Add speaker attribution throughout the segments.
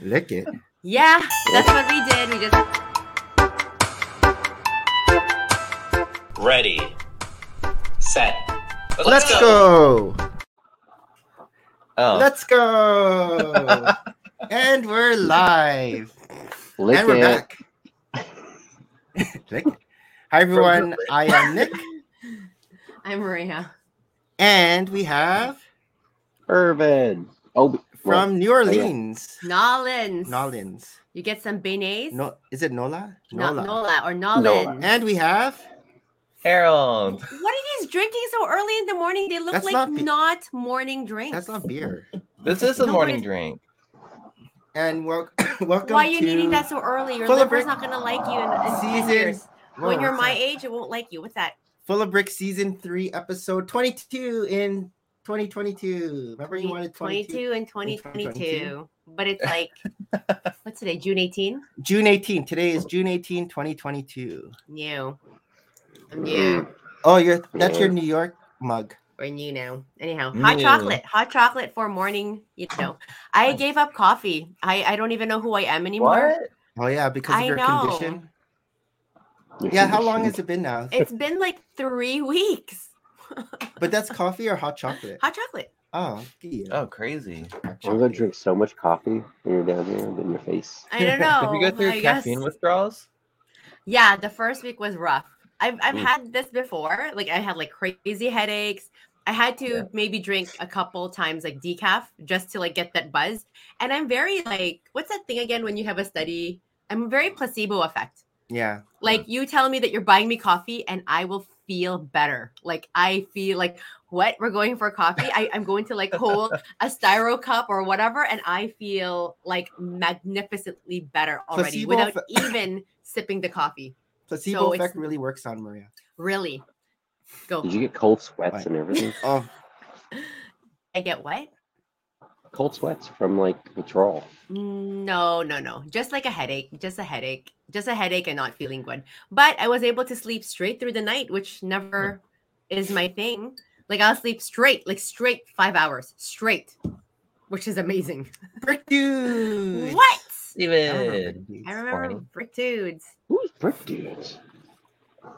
Speaker 1: Lick it.
Speaker 2: Yeah, that's what we did. We just
Speaker 3: Ready, set. Let's,
Speaker 1: Let's go.
Speaker 3: Oh,
Speaker 1: Let's go. and we're live.
Speaker 4: Lick
Speaker 1: and we're
Speaker 4: it.
Speaker 1: back. Lick it. Hi everyone. I am Nick,
Speaker 2: I'm Maria.
Speaker 1: and we have
Speaker 4: Irvin. Oh, well,
Speaker 1: from New Orleans,
Speaker 2: Nolans.
Speaker 1: Nolans.
Speaker 2: You get some beignets.
Speaker 1: No, is it Nola?
Speaker 2: No-
Speaker 1: Nola.
Speaker 2: Nola or Nolans.
Speaker 1: And we have
Speaker 3: Harold.
Speaker 2: What are these drinking so early in the morning? They look
Speaker 1: That's
Speaker 2: like
Speaker 1: not
Speaker 2: not,
Speaker 1: be-
Speaker 2: morning drinks.
Speaker 1: that's not beer.
Speaker 3: This is a
Speaker 2: No,
Speaker 3: morning
Speaker 2: it's-
Speaker 3: drink.
Speaker 1: And wel- welcome.
Speaker 2: Why are you
Speaker 1: to
Speaker 2: needing that so early? Your
Speaker 1: Full of
Speaker 2: liver's
Speaker 1: brick-
Speaker 2: not gonna like you in, in 10
Speaker 1: Season-
Speaker 2: years.
Speaker 1: Whoa,
Speaker 2: when you're
Speaker 1: what's
Speaker 2: my
Speaker 1: that?
Speaker 2: age, it won't like you. What's that?
Speaker 1: Full of Brick season three, episode 22 in 2022. Remember you wanted 22?
Speaker 2: 22 and 2022.
Speaker 1: 2022.
Speaker 2: But it's like what's today? June 18?
Speaker 1: June 18. Today is June 18, 2022.
Speaker 2: New. I'm new.
Speaker 1: Oh, you're that's your New York mug.
Speaker 2: We're new now. Anyhow, hot
Speaker 3: New.
Speaker 2: chocolate. Hot chocolate for morning, you know. I gave up coffee. I, I don't even know who I am anymore.
Speaker 3: What?
Speaker 1: Oh yeah, because of
Speaker 2: I
Speaker 1: your
Speaker 2: know.
Speaker 1: condition.
Speaker 4: your
Speaker 1: Yeah, how long
Speaker 4: condition.
Speaker 1: has it been now?
Speaker 2: It's been like three weeks.
Speaker 1: But that's coffee or hot chocolate?
Speaker 2: Hot chocolate.
Speaker 1: Oh, yeah.
Speaker 3: Oh, crazy.
Speaker 1: hot
Speaker 4: I'm gonna
Speaker 1: chocolate.
Speaker 4: drink so much coffee when you're down here in your face.
Speaker 2: I don't know.
Speaker 3: Did you go through
Speaker 2: I guess-
Speaker 3: caffeine withdrawals?
Speaker 2: Yeah, the first week was rough. I've I've
Speaker 4: Mm.
Speaker 2: had this before. Like I had like crazy headaches. I had to
Speaker 3: Yeah.
Speaker 2: maybe drink a couple times like decaf just to like get that buzz. And I'm very like, what's that thing again when you have a study? I'm very placebo effect.
Speaker 1: Yeah.
Speaker 2: Like you tell me that you're buying me coffee and I will feel better. Like I feel like what we're going for coffee. I, I'm going to like hold a styro cup or whatever, and I feel like magnificently better already
Speaker 1: Placebo
Speaker 2: without
Speaker 1: effect.
Speaker 2: even sipping the coffee.
Speaker 1: Placebo
Speaker 2: So it's-
Speaker 1: effect really works on Maria.
Speaker 2: Really. Go.
Speaker 1: Mm-hmm.
Speaker 4: Did you get cold sweats
Speaker 1: Right.
Speaker 4: and everything?
Speaker 1: Oh,
Speaker 2: I get what?
Speaker 4: cold sweats from like withdrawal.
Speaker 2: Mm, No, no, no. Just like a headache, just a headache, just a headache and not feeling good. But I was able to sleep straight through the night,
Speaker 4: Hmm.
Speaker 2: which never is my thing. Like I'll sleep straight, like straight 5 hours straight, which is amazing.
Speaker 1: brick dude.
Speaker 2: What?
Speaker 3: Steven.
Speaker 2: I remember
Speaker 3: Morning.
Speaker 2: brick dudes.
Speaker 4: Who's brick dudes?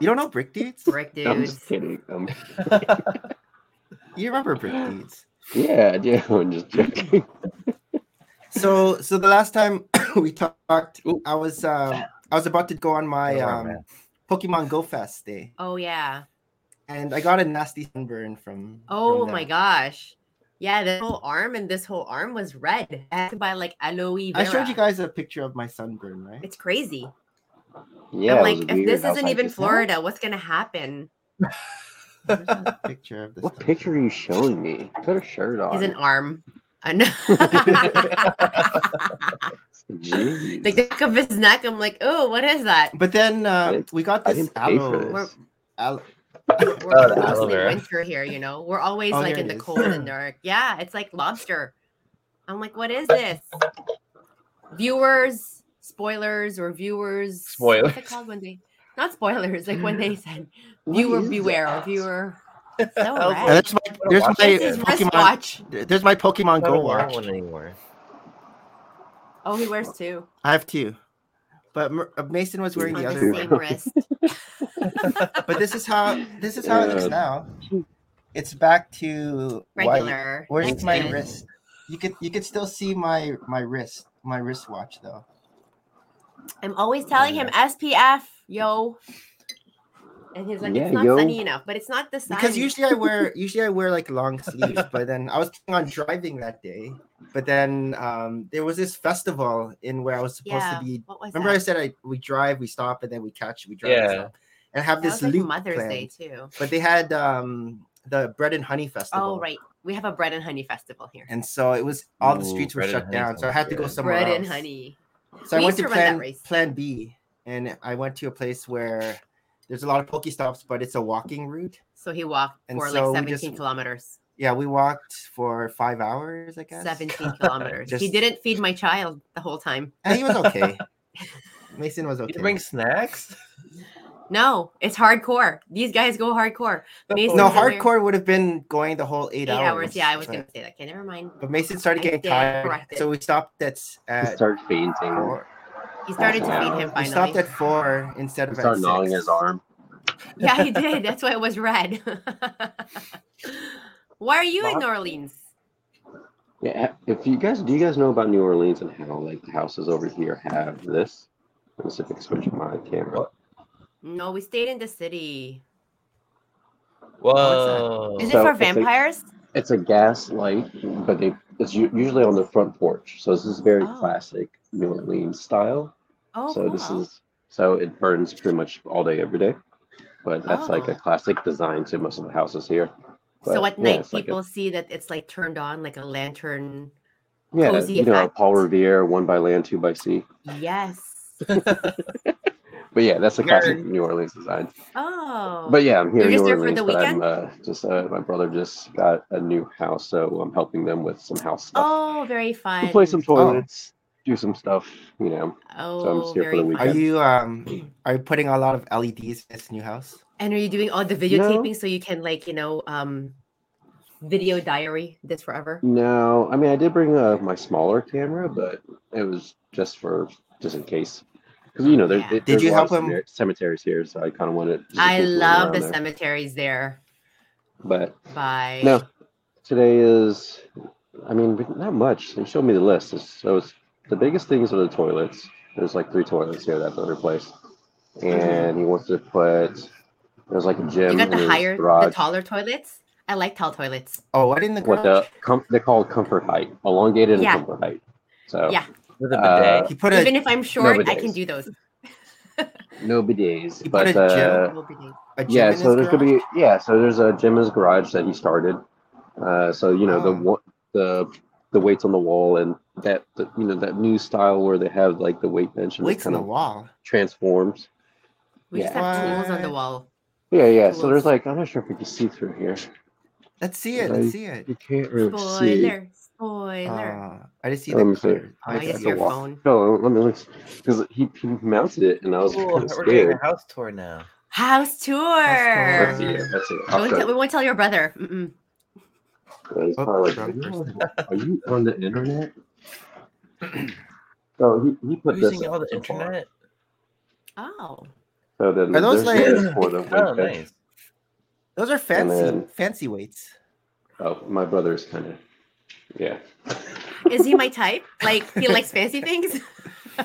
Speaker 1: You don't know brick dudes?
Speaker 2: Brick
Speaker 4: I'm just
Speaker 2: dudes.
Speaker 4: kidding. I'm,
Speaker 1: You remember brick dudes?
Speaker 4: yeah, I do. I'm just joking.
Speaker 1: so so the last time we talked
Speaker 3: Ooh.
Speaker 1: i was um i was about to go on my
Speaker 3: Never
Speaker 1: um
Speaker 3: mind.
Speaker 1: pokemon go fest day
Speaker 2: Oh yeah.
Speaker 1: and i got a nasty sunburn from
Speaker 2: Oh
Speaker 1: from
Speaker 2: my
Speaker 1: that.
Speaker 2: gosh. Yeah, this whole arm and this whole arm was red. I had to buy like aloe vera.
Speaker 1: i showed you guys a picture of my sunburn right
Speaker 2: It's crazy. I'm
Speaker 4: Yeah, it
Speaker 2: like,
Speaker 4: was
Speaker 2: if
Speaker 4: weird.
Speaker 2: this
Speaker 4: I was
Speaker 2: isn't
Speaker 4: like,
Speaker 2: even
Speaker 4: "Is that-
Speaker 2: Florida, what's gonna happen?
Speaker 1: There's a picture of this
Speaker 4: What
Speaker 1: sunburn.
Speaker 4: picture are you showing me? Put a shirt on.
Speaker 2: Is an arm. I know.
Speaker 4: Jeez.
Speaker 2: the back of his neck. I'm like, oh, what is that?
Speaker 1: but then uh,
Speaker 4: It's-
Speaker 1: we got
Speaker 4: I
Speaker 1: this
Speaker 4: didn't pay for
Speaker 1: aloe,
Speaker 4: this.
Speaker 1: aloe-
Speaker 2: We're
Speaker 3: Oh, the aloe
Speaker 2: mostly
Speaker 3: vera.
Speaker 2: winter here, you know. We're always
Speaker 1: Oh,
Speaker 2: like
Speaker 1: there it
Speaker 2: in the
Speaker 1: is.
Speaker 2: cold and dark. Yeah, it's like lobster. I'm like, what is this? Viewers, spoilers, or viewers. What's it
Speaker 3: Spoilers.
Speaker 2: called when they? Not spoilers, like when they said
Speaker 4: What
Speaker 2: viewer
Speaker 4: is
Speaker 2: beware or
Speaker 4: that?
Speaker 2: viewer.
Speaker 3: I
Speaker 2: So
Speaker 3: was
Speaker 2: red.
Speaker 1: and that's my
Speaker 3: don't
Speaker 1: uh, there's
Speaker 3: watch
Speaker 1: my
Speaker 3: it.
Speaker 2: This is
Speaker 1: pokemon
Speaker 2: wristwatch.
Speaker 1: there's my pokemon
Speaker 3: I
Speaker 1: go
Speaker 3: don't wear
Speaker 1: watch
Speaker 3: one anymore.
Speaker 2: Oh, he wears two.
Speaker 1: i have two but Mer- uh, mason was wearing
Speaker 2: on
Speaker 1: the
Speaker 2: the
Speaker 1: other one
Speaker 2: same wrist.
Speaker 1: but this is how this is how it looks
Speaker 4: Yeah.
Speaker 1: now. It's back to white.
Speaker 2: Regular.
Speaker 1: Where's
Speaker 2: That's
Speaker 1: my
Speaker 2: good.
Speaker 1: wrist? You could you could still see my my wrist my wristwatch though.
Speaker 2: I'm always telling him SPF, yo. And he's like,
Speaker 4: Yeah,
Speaker 2: it's not
Speaker 4: yo.
Speaker 2: sunny enough, but it's not the sun.
Speaker 1: Because usually I wear usually I wear like long sleeves, but then I was planning on driving that day. But then um there was this festival in where I was supposed
Speaker 2: yeah.
Speaker 1: to be.
Speaker 2: what was
Speaker 1: Remember I
Speaker 2: that?
Speaker 1: said I we drive, we stop, and then we catch, we drive, we
Speaker 3: Yeah.
Speaker 1: stop. and I have
Speaker 2: That
Speaker 1: this
Speaker 2: was like
Speaker 1: loop
Speaker 2: Mother's
Speaker 1: planned.
Speaker 2: Day too.
Speaker 1: But they had um the bread and honey festival.
Speaker 2: Oh right, we have a bread and honey festival here.
Speaker 1: And so it was all the
Speaker 3: Ooh,
Speaker 1: streets were
Speaker 3: bread and
Speaker 1: shut
Speaker 3: honey
Speaker 1: down, so I
Speaker 3: sounds
Speaker 1: had to go
Speaker 3: good.
Speaker 1: somewhere
Speaker 2: Bread
Speaker 1: else.
Speaker 2: and honey.
Speaker 1: So I
Speaker 2: We
Speaker 1: went
Speaker 2: used
Speaker 1: to
Speaker 2: to run that
Speaker 1: plan,
Speaker 2: race.
Speaker 1: plan B, and I went to a place where there's a lot of Pokestops, but it's a walking route.
Speaker 2: So he walked
Speaker 1: And
Speaker 2: for
Speaker 1: so we
Speaker 2: like 17
Speaker 1: just-
Speaker 2: kilometers.
Speaker 1: Yeah, we walked for five hours, I guess.
Speaker 2: 17 kilometers. he
Speaker 1: Just-
Speaker 2: didn't feed my child the whole time.
Speaker 1: And he was okay. Mason was
Speaker 3: You
Speaker 1: okay.
Speaker 3: bring snacks?
Speaker 2: No, it's hardcore. These guys go hardcore. Mason
Speaker 1: no,
Speaker 2: was over-
Speaker 1: hardcore would have been going the whole eight,
Speaker 2: Eight, hours. Yeah, I was
Speaker 1: but,
Speaker 2: gonna say that. Okay, never mind.
Speaker 1: But Mason started
Speaker 2: I
Speaker 1: getting
Speaker 2: did
Speaker 1: tired,
Speaker 2: correct
Speaker 1: so
Speaker 2: it.
Speaker 1: we stopped at
Speaker 4: He
Speaker 1: at
Speaker 4: started fainting.
Speaker 1: four.
Speaker 2: He started to feed him
Speaker 1: We stopped
Speaker 2: finally.
Speaker 1: at four instead
Speaker 4: He
Speaker 1: of
Speaker 4: started
Speaker 1: at
Speaker 4: gnawing
Speaker 1: six.
Speaker 4: his arm.
Speaker 2: yeah, he did. That's why it was red. Why are you in
Speaker 1: Bob?
Speaker 2: New Orleans?
Speaker 4: Yeah. If you guys, do you guys know about New Orleans and how like the houses over here have this? Let me see if I can switch my camera.
Speaker 3: What?
Speaker 2: No, we stayed in the city.
Speaker 3: Whoa.
Speaker 2: Is
Speaker 4: So
Speaker 2: it for
Speaker 4: it's like-
Speaker 2: vampires?
Speaker 4: It's a gas light, but they it's u- usually on the front porch. So this is very
Speaker 2: Oh.
Speaker 4: classic New Orleans style.
Speaker 2: Oh,
Speaker 4: so this
Speaker 2: cool.
Speaker 4: is so it burns pretty much all day every day but that's like a
Speaker 2: Oh.
Speaker 4: classic design to most of the houses here
Speaker 2: so
Speaker 4: but,
Speaker 2: at
Speaker 4: yeah,
Speaker 2: night,
Speaker 4: it's like a-
Speaker 2: people see that it's like turned on like a lantern.
Speaker 4: yeah
Speaker 2: cozy
Speaker 4: you know
Speaker 2: effect.
Speaker 4: paul revere one by land two by sea
Speaker 2: Yes.
Speaker 4: but yeah that's a classic
Speaker 3: Nerd.
Speaker 4: new orleans design
Speaker 2: Oh.
Speaker 4: but yeah i'm here
Speaker 2: You're
Speaker 4: in
Speaker 2: just
Speaker 4: new
Speaker 2: there for
Speaker 4: orleans
Speaker 2: the
Speaker 4: but i'm uh, just uh, my brother just got a new house so i'm helping them with some house stuff
Speaker 2: Oh, very fun.
Speaker 4: replace some toilets do some stuff you know
Speaker 2: Oh,
Speaker 4: I'm just here for
Speaker 2: very
Speaker 4: the
Speaker 1: Are
Speaker 2: fun.
Speaker 4: weekend.
Speaker 1: you um are you putting a lot of LEDs in this new house?
Speaker 2: And are you doing all the
Speaker 4: No.
Speaker 2: videotaping so you can like you know um video diary this forever?
Speaker 4: no i mean i did bring uh, my smaller camera but it was just for just in case because you know there,
Speaker 2: Yeah.
Speaker 4: there-
Speaker 1: Did
Speaker 4: there's
Speaker 1: you
Speaker 4: a lot of
Speaker 1: help him-
Speaker 4: cemetery- cemeteries here so i kind of wanted just in
Speaker 2: I
Speaker 4: case we were
Speaker 2: love the
Speaker 4: around there.
Speaker 2: cemeteries there.
Speaker 4: but
Speaker 2: By
Speaker 4: no today is i mean not much they showed me the list It's- so it's the biggest things are the toilets there's like three toilets here that have to replace and he wants to put there's like a gym
Speaker 2: you got
Speaker 4: in
Speaker 2: the
Speaker 4: his
Speaker 2: higher, the
Speaker 4: garage.
Speaker 2: taller toilet. I like tall toilets.
Speaker 1: Oh, what in the
Speaker 4: what
Speaker 1: garage?
Speaker 4: the com- they're called comfort height elongated
Speaker 2: Yeah.
Speaker 4: and comfort height so
Speaker 2: Yeah.
Speaker 3: With a bidet.
Speaker 4: Uh,
Speaker 1: He put a
Speaker 2: Even if I'm short, I can
Speaker 4: nowadays.
Speaker 2: do those.
Speaker 4: no bidets
Speaker 1: You put
Speaker 4: but
Speaker 1: a gym
Speaker 4: uh,
Speaker 2: Will be nice.
Speaker 1: a gym
Speaker 4: yeah
Speaker 1: in
Speaker 4: so
Speaker 1: his
Speaker 4: there's gonna
Speaker 1: garage?
Speaker 4: be yeah so there's a gym in his garage that he started uh so you know the
Speaker 1: Oh.
Speaker 4: one the the weights on the wall and that the, you know that new style where they have like the weight bench and it
Speaker 1: weights on
Speaker 4: kind
Speaker 1: the
Speaker 4: of
Speaker 1: wall.
Speaker 4: transforms
Speaker 2: We just
Speaker 4: Yeah.
Speaker 2: have tools on the
Speaker 1: What?
Speaker 2: wall.
Speaker 4: yeah yeah so
Speaker 2: Cool.
Speaker 4: there's like i'm not sure if we can see through here
Speaker 1: Let's see it.
Speaker 4: Like-
Speaker 1: Let's see it.
Speaker 4: you can't really see
Speaker 2: Spoiler, spoiler.
Speaker 1: Uh, I just see
Speaker 4: Let me
Speaker 1: the
Speaker 4: see.
Speaker 1: clear.
Speaker 2: Oh, I
Speaker 1: Okay.
Speaker 2: guess your
Speaker 4: walk.
Speaker 2: phone.
Speaker 4: no let me look because he, he mounted it and i was
Speaker 3: Cool,
Speaker 4: kind of
Speaker 3: We're doing
Speaker 4: scared
Speaker 3: a house tour now.
Speaker 2: House
Speaker 1: House
Speaker 2: tour.
Speaker 4: that's
Speaker 1: tour.
Speaker 4: it that's it I'll
Speaker 2: Don't
Speaker 4: show
Speaker 2: tell-
Speaker 4: you.
Speaker 2: we won't tell your brother. Mm-mm.
Speaker 4: And he's
Speaker 1: Oh,
Speaker 4: probably like,
Speaker 1: wrong
Speaker 4: "You on- are you on the internet so Oh, he, he put this
Speaker 3: Using all the
Speaker 4: up so far.
Speaker 3: internet.
Speaker 2: Oh,
Speaker 4: So then
Speaker 1: Are those
Speaker 4: there's
Speaker 1: like-
Speaker 4: weights for the
Speaker 3: Oh,
Speaker 4: weight bench.
Speaker 3: nice.
Speaker 1: Those are fancy,
Speaker 4: then-
Speaker 1: fancy weights.
Speaker 4: Oh, my brother's kind of, yeah.
Speaker 2: is he my type? Like he likes fancy things?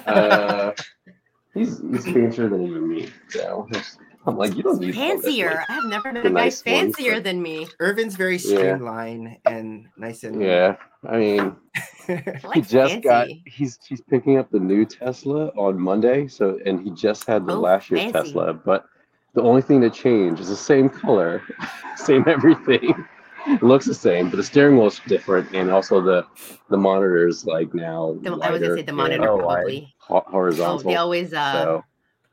Speaker 4: Uh, he's he's fancier than even me. So I'm like, you don't need all this
Speaker 2: fancier.
Speaker 4: weight.
Speaker 2: I have never met
Speaker 4: the
Speaker 2: a guy
Speaker 4: nice ones,
Speaker 2: fancier
Speaker 4: but-
Speaker 2: than me.
Speaker 1: Irvin's very streamlined and nice and
Speaker 4: Yeah, I mean,
Speaker 2: I
Speaker 4: he
Speaker 2: like
Speaker 4: just
Speaker 2: fancy.
Speaker 4: got he's he's picking up the new Tesla on Monday. So and he just had the
Speaker 2: Oh,
Speaker 4: last year's
Speaker 2: fancy.
Speaker 4: Tesla, but the only thing that changed is the same color, same everything. It looks the same, but the steering wheel's different, and also the the monitor is like now
Speaker 2: The-
Speaker 4: wider
Speaker 2: I was gonna say the
Speaker 4: and
Speaker 2: monitor
Speaker 3: Oh, wide.
Speaker 2: probably.
Speaker 4: ho-
Speaker 2: Oh,
Speaker 4: horizontal.
Speaker 2: they always uh,
Speaker 4: so,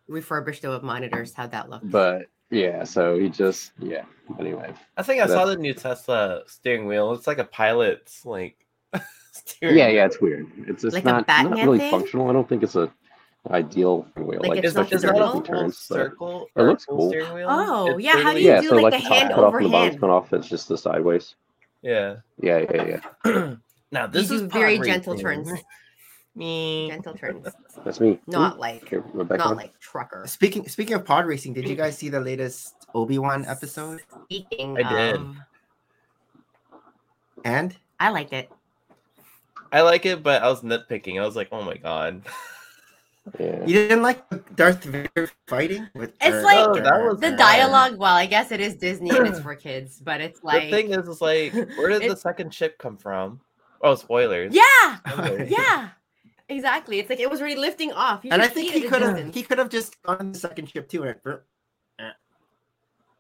Speaker 2: refurbish the monitors. How that look?
Speaker 4: but yeah, so he just yeah. Anyway,
Speaker 3: I think I
Speaker 4: That's-
Speaker 3: saw the new Tesla steering wheel. It's like a pilot's like steering.
Speaker 4: yeah,
Speaker 3: wheel.
Speaker 4: yeah, it's weird. It's it's
Speaker 2: Like a
Speaker 4: not not
Speaker 2: Batman
Speaker 4: really
Speaker 2: thing?
Speaker 4: functional. I don't think it's a ideal wheel.
Speaker 2: Like
Speaker 4: Like,
Speaker 2: it's
Speaker 3: Is,
Speaker 4: it's
Speaker 2: not
Speaker 3: that-
Speaker 4: such
Speaker 3: is
Speaker 4: a
Speaker 3: that a
Speaker 2: different
Speaker 3: full
Speaker 4: different turns. but-
Speaker 3: circle
Speaker 4: it
Speaker 3: or a
Speaker 4: looks
Speaker 3: full
Speaker 4: cool.
Speaker 3: steering wheel?
Speaker 2: Oh,
Speaker 3: It's
Speaker 2: yeah, how
Speaker 3: literally-
Speaker 2: do you
Speaker 4: yeah,
Speaker 2: do,
Speaker 4: so
Speaker 2: like,
Speaker 4: like
Speaker 2: the
Speaker 4: the top
Speaker 2: hand
Speaker 4: cut off and the bottom's
Speaker 2: overhand?
Speaker 4: cut off. It's just the sideways.
Speaker 3: Yeah.
Speaker 4: Yeah, yeah, yeah.
Speaker 3: now
Speaker 2: You
Speaker 3: this
Speaker 2: do
Speaker 3: is pod
Speaker 2: very gentle
Speaker 3: racing.
Speaker 2: turns.
Speaker 3: Me.
Speaker 2: Gentle turns.
Speaker 4: That's me. Mm-hmm.
Speaker 2: Not like
Speaker 4: Here, we're back
Speaker 2: not
Speaker 4: on.
Speaker 2: like trucker.
Speaker 1: Speaking speaking of pod racing, did you guys see the latest Obi Wan episode?
Speaker 2: Speaking
Speaker 3: I did.
Speaker 2: of-
Speaker 1: And
Speaker 2: I liked it.
Speaker 3: I like it, but I was nitpicking. I was like, oh my god.
Speaker 4: yeah.
Speaker 1: you didn't like Darth Vader fighting with
Speaker 2: It's
Speaker 1: or-
Speaker 2: like-
Speaker 1: or-
Speaker 3: No, Oh, that was
Speaker 2: The
Speaker 3: Yeah.
Speaker 2: dialogue, well, I guess it is Disney and it's for kids, but it's
Speaker 3: the
Speaker 2: like
Speaker 3: thing is, is like, where did the
Speaker 2: It's-
Speaker 3: second ship come from? Oh, spoilers.
Speaker 2: Yeah,
Speaker 3: Spoilers.
Speaker 2: yeah. Exactly. It's like it was really lifting off. You
Speaker 1: And I
Speaker 2: should
Speaker 1: think
Speaker 2: see it
Speaker 1: he
Speaker 2: at a
Speaker 1: could have
Speaker 2: distance.
Speaker 1: he could have just gone on the second ship too. And burp.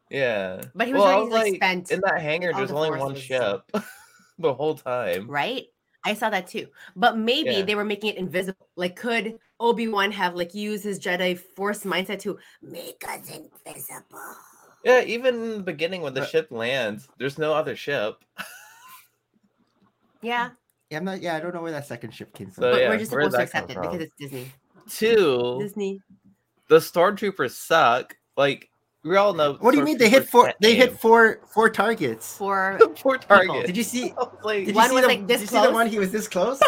Speaker 3: Yeah.
Speaker 2: But he was
Speaker 3: Well, I
Speaker 2: already like,
Speaker 3: like,
Speaker 2: spent,
Speaker 3: in that hangar,
Speaker 2: all
Speaker 3: there's
Speaker 2: the
Speaker 3: only
Speaker 2: force
Speaker 3: one
Speaker 2: was-
Speaker 3: ship the whole time.
Speaker 2: right? I saw that too. But maybe
Speaker 3: Yeah.
Speaker 2: they were making it invisible. Like, could Obi Wan have like used his Jedi Force mindset to make us invisible?
Speaker 3: Yeah, even in the beginning when the
Speaker 1: But-
Speaker 3: ship lands, there's no other ship.
Speaker 2: Yeah,
Speaker 1: Yeah, I'm not. Yeah, I don't know where that second ship came from.
Speaker 3: So,
Speaker 2: but
Speaker 3: Oh, yeah,
Speaker 2: we're just
Speaker 3: where did
Speaker 2: supposed to
Speaker 3: that come
Speaker 2: accept it because
Speaker 3: from?
Speaker 2: it's Disney.
Speaker 3: Two,
Speaker 2: Disney.
Speaker 3: the stormtroopers suck. Like we all know.
Speaker 1: What do you
Speaker 3: Scorpius
Speaker 1: mean they hit
Speaker 3: was
Speaker 1: four?
Speaker 3: that
Speaker 1: They hit
Speaker 3: name.
Speaker 1: four four targets.
Speaker 2: for
Speaker 3: four targets.
Speaker 1: Did you see?
Speaker 3: I was like-
Speaker 1: Did
Speaker 2: One
Speaker 1: you see
Speaker 2: was,
Speaker 1: the,
Speaker 2: like,
Speaker 1: did
Speaker 2: this
Speaker 1: you see the
Speaker 2: close.
Speaker 1: one he was this close?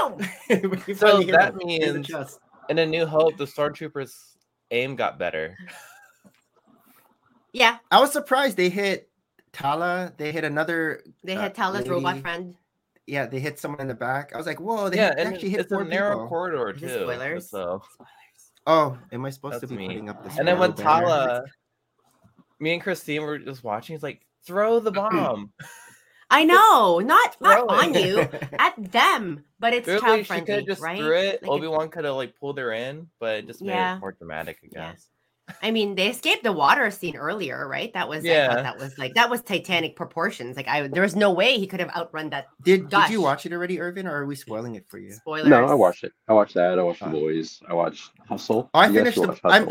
Speaker 1: We
Speaker 3: So
Speaker 1: finally hit
Speaker 3: that
Speaker 1: him in the
Speaker 3: means-
Speaker 1: chest.
Speaker 3: in A New Hope, the stormtroopers' aim got better.
Speaker 2: yeah,
Speaker 1: I was surprised they hit Tala. They hit another.
Speaker 2: they
Speaker 1: Uh,
Speaker 2: had Tala's robot
Speaker 1: lady-
Speaker 2: friend.
Speaker 1: Yeah, they hit someone in the back. I was like, whoa, Oh, they
Speaker 3: yeah,
Speaker 1: hit- they
Speaker 3: and
Speaker 1: actually hit
Speaker 3: it's a
Speaker 1: four
Speaker 3: narrow
Speaker 1: people.
Speaker 3: corridor
Speaker 2: Is it
Speaker 3: too.
Speaker 2: spoilers?
Speaker 3: So,
Speaker 1: Oh, am I supposed to
Speaker 3: That's
Speaker 1: be
Speaker 3: me.
Speaker 1: putting up this?
Speaker 3: and then when
Speaker 1: yellow banner?
Speaker 3: Tala, me and Christine were just watching. It's like throw the bomb.
Speaker 2: I know, not not
Speaker 3: Throw it.
Speaker 2: on you, at them, but it's
Speaker 3: Clearly,
Speaker 2: child
Speaker 3: she could
Speaker 2: friendly,
Speaker 3: have just
Speaker 2: right?
Speaker 3: threw
Speaker 2: Like
Speaker 3: it.
Speaker 2: it-
Speaker 3: Obi Wan could have like pulled her in, but it just made
Speaker 2: Yeah.
Speaker 3: it more dramatic, I
Speaker 2: Yeah.
Speaker 3: guess.
Speaker 2: I mean, they escaped the water scene earlier, right? That was yeah.
Speaker 3: Yeah.
Speaker 2: that was like that was Titanic proportions. Like I, there was no way he could have outrun that
Speaker 1: did did
Speaker 2: Gosh.
Speaker 1: you watch it already, Irvin, or are we spoiling it for you?
Speaker 2: spoiler.
Speaker 4: No, I watched it. I watched that. I watched The
Speaker 1: Ah.
Speaker 4: Boys. I watched Hustle.
Speaker 1: Oh, I
Speaker 4: You guys
Speaker 1: finished
Speaker 4: should
Speaker 1: the-
Speaker 4: watch
Speaker 1: I'm-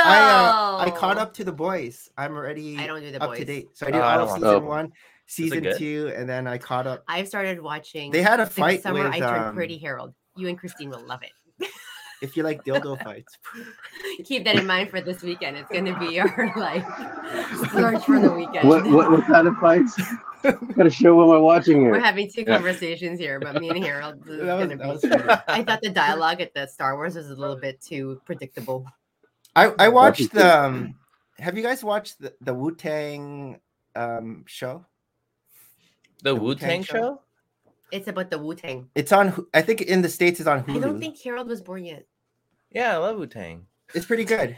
Speaker 2: Hustle.
Speaker 1: I uh, I caught up to the boys. I'm already
Speaker 2: Oh. I don't do the
Speaker 1: up
Speaker 2: boys.
Speaker 1: to date. So I did
Speaker 3: Oh, I
Speaker 1: all of
Speaker 3: don't watch
Speaker 1: season
Speaker 4: it. Oh.
Speaker 1: one, season
Speaker 3: good?
Speaker 1: two, and then I caught up.
Speaker 2: I've started watching.
Speaker 1: They had a
Speaker 2: Since
Speaker 1: fight
Speaker 2: summer
Speaker 1: with
Speaker 2: I turned
Speaker 1: um,
Speaker 2: pretty Harold. You and Christine will love it.
Speaker 1: if you like dildo fights.
Speaker 2: Keep that in mind for this weekend. It's gonna be our like search for the weekend.
Speaker 4: What, what, what kind of fights? Gotta show what I'm watching
Speaker 2: We're
Speaker 4: here.
Speaker 2: having two
Speaker 4: Yeah.
Speaker 2: conversations here, but me and Harold. This is
Speaker 1: That was-
Speaker 2: gonna
Speaker 1: that
Speaker 2: be-
Speaker 1: was funny.
Speaker 2: I thought the dialogue at the Star Wars was a little bit too predictable.
Speaker 1: I I watched
Speaker 4: Watching
Speaker 1: the. Um, have you guys watched the, the Wu Tang um, show? The
Speaker 3: The Wu
Speaker 1: Wu-Tang
Speaker 3: Tang
Speaker 1: show?
Speaker 3: show?
Speaker 2: It's about the Wu Tang.
Speaker 1: It's on. Hu- I think in the states it's on Hulu.
Speaker 2: I don't think Harold was born yet.
Speaker 3: Yeah, I love Wu Tang.
Speaker 1: it's pretty good.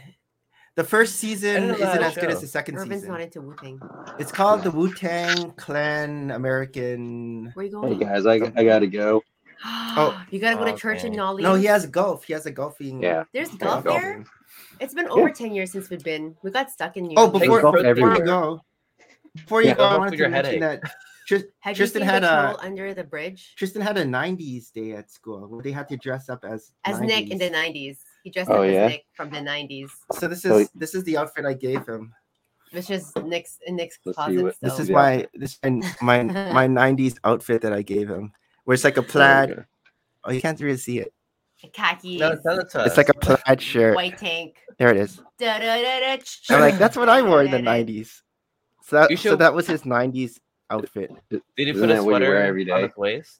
Speaker 1: The first season
Speaker 3: know
Speaker 1: isn't
Speaker 3: about that
Speaker 1: as good as
Speaker 3: show.
Speaker 1: the second
Speaker 2: Urban's
Speaker 1: season.
Speaker 2: not into Wu Tang.
Speaker 1: It's called the Wu Tang Clan American.
Speaker 2: Where you
Speaker 4: Hey
Speaker 2: going?
Speaker 4: guys, I, I gotta go.
Speaker 1: Oh.
Speaker 2: you gotta go to church in
Speaker 3: Okay.
Speaker 2: Nolly.
Speaker 1: No, he has golf. He has a golfing.
Speaker 4: Yeah.
Speaker 2: There's
Speaker 1: a
Speaker 2: golf
Speaker 4: golf.
Speaker 2: there. It's been over ten years since we've been. We got stuck in New
Speaker 1: Oh,
Speaker 2: York.
Speaker 1: before,
Speaker 4: golf
Speaker 1: before
Speaker 4: everywhere.
Speaker 1: you go, before you
Speaker 4: Yeah.
Speaker 1: go, I
Speaker 3: Golf
Speaker 1: wanted
Speaker 3: with
Speaker 1: to
Speaker 3: your
Speaker 1: mention
Speaker 3: headache.
Speaker 1: that Tris-
Speaker 2: Have
Speaker 1: Tristan
Speaker 2: you seen
Speaker 1: had
Speaker 2: the
Speaker 1: a-
Speaker 2: troll under the bridge?
Speaker 1: Tristan had a '90s day at school where they had to dress up as
Speaker 2: As Nick in the
Speaker 1: 90s.
Speaker 2: '90s, he dressed
Speaker 4: Oh,
Speaker 2: up
Speaker 4: yeah?
Speaker 2: as Nick from the '90s,
Speaker 1: So this
Speaker 4: So-
Speaker 1: is this is the outfit I gave him.
Speaker 2: which is Nick's in Nick's
Speaker 4: Let's see
Speaker 2: closet.
Speaker 4: what-
Speaker 1: This
Speaker 2: so-
Speaker 1: is my this is my my '90s outfit that I gave him, where it's like a plaid.
Speaker 4: Okay.
Speaker 1: Oh, you can't really see it.
Speaker 2: khakis,
Speaker 3: No, tell it to
Speaker 1: It's like a
Speaker 3: us.
Speaker 1: plaid shirt.
Speaker 2: white tank.
Speaker 1: There it is.
Speaker 2: Da-da-da-da, ch-
Speaker 1: I'm like, that's what I wore in the
Speaker 2: da-da-da-da.
Speaker 1: '90s. So that
Speaker 3: You
Speaker 1: so
Speaker 3: should-
Speaker 1: that was his '90s outfit.
Speaker 3: Did he
Speaker 4: Isn't
Speaker 3: put a
Speaker 4: that what you wear
Speaker 3: sweater
Speaker 4: every
Speaker 3: on
Speaker 4: day?
Speaker 3: his waist?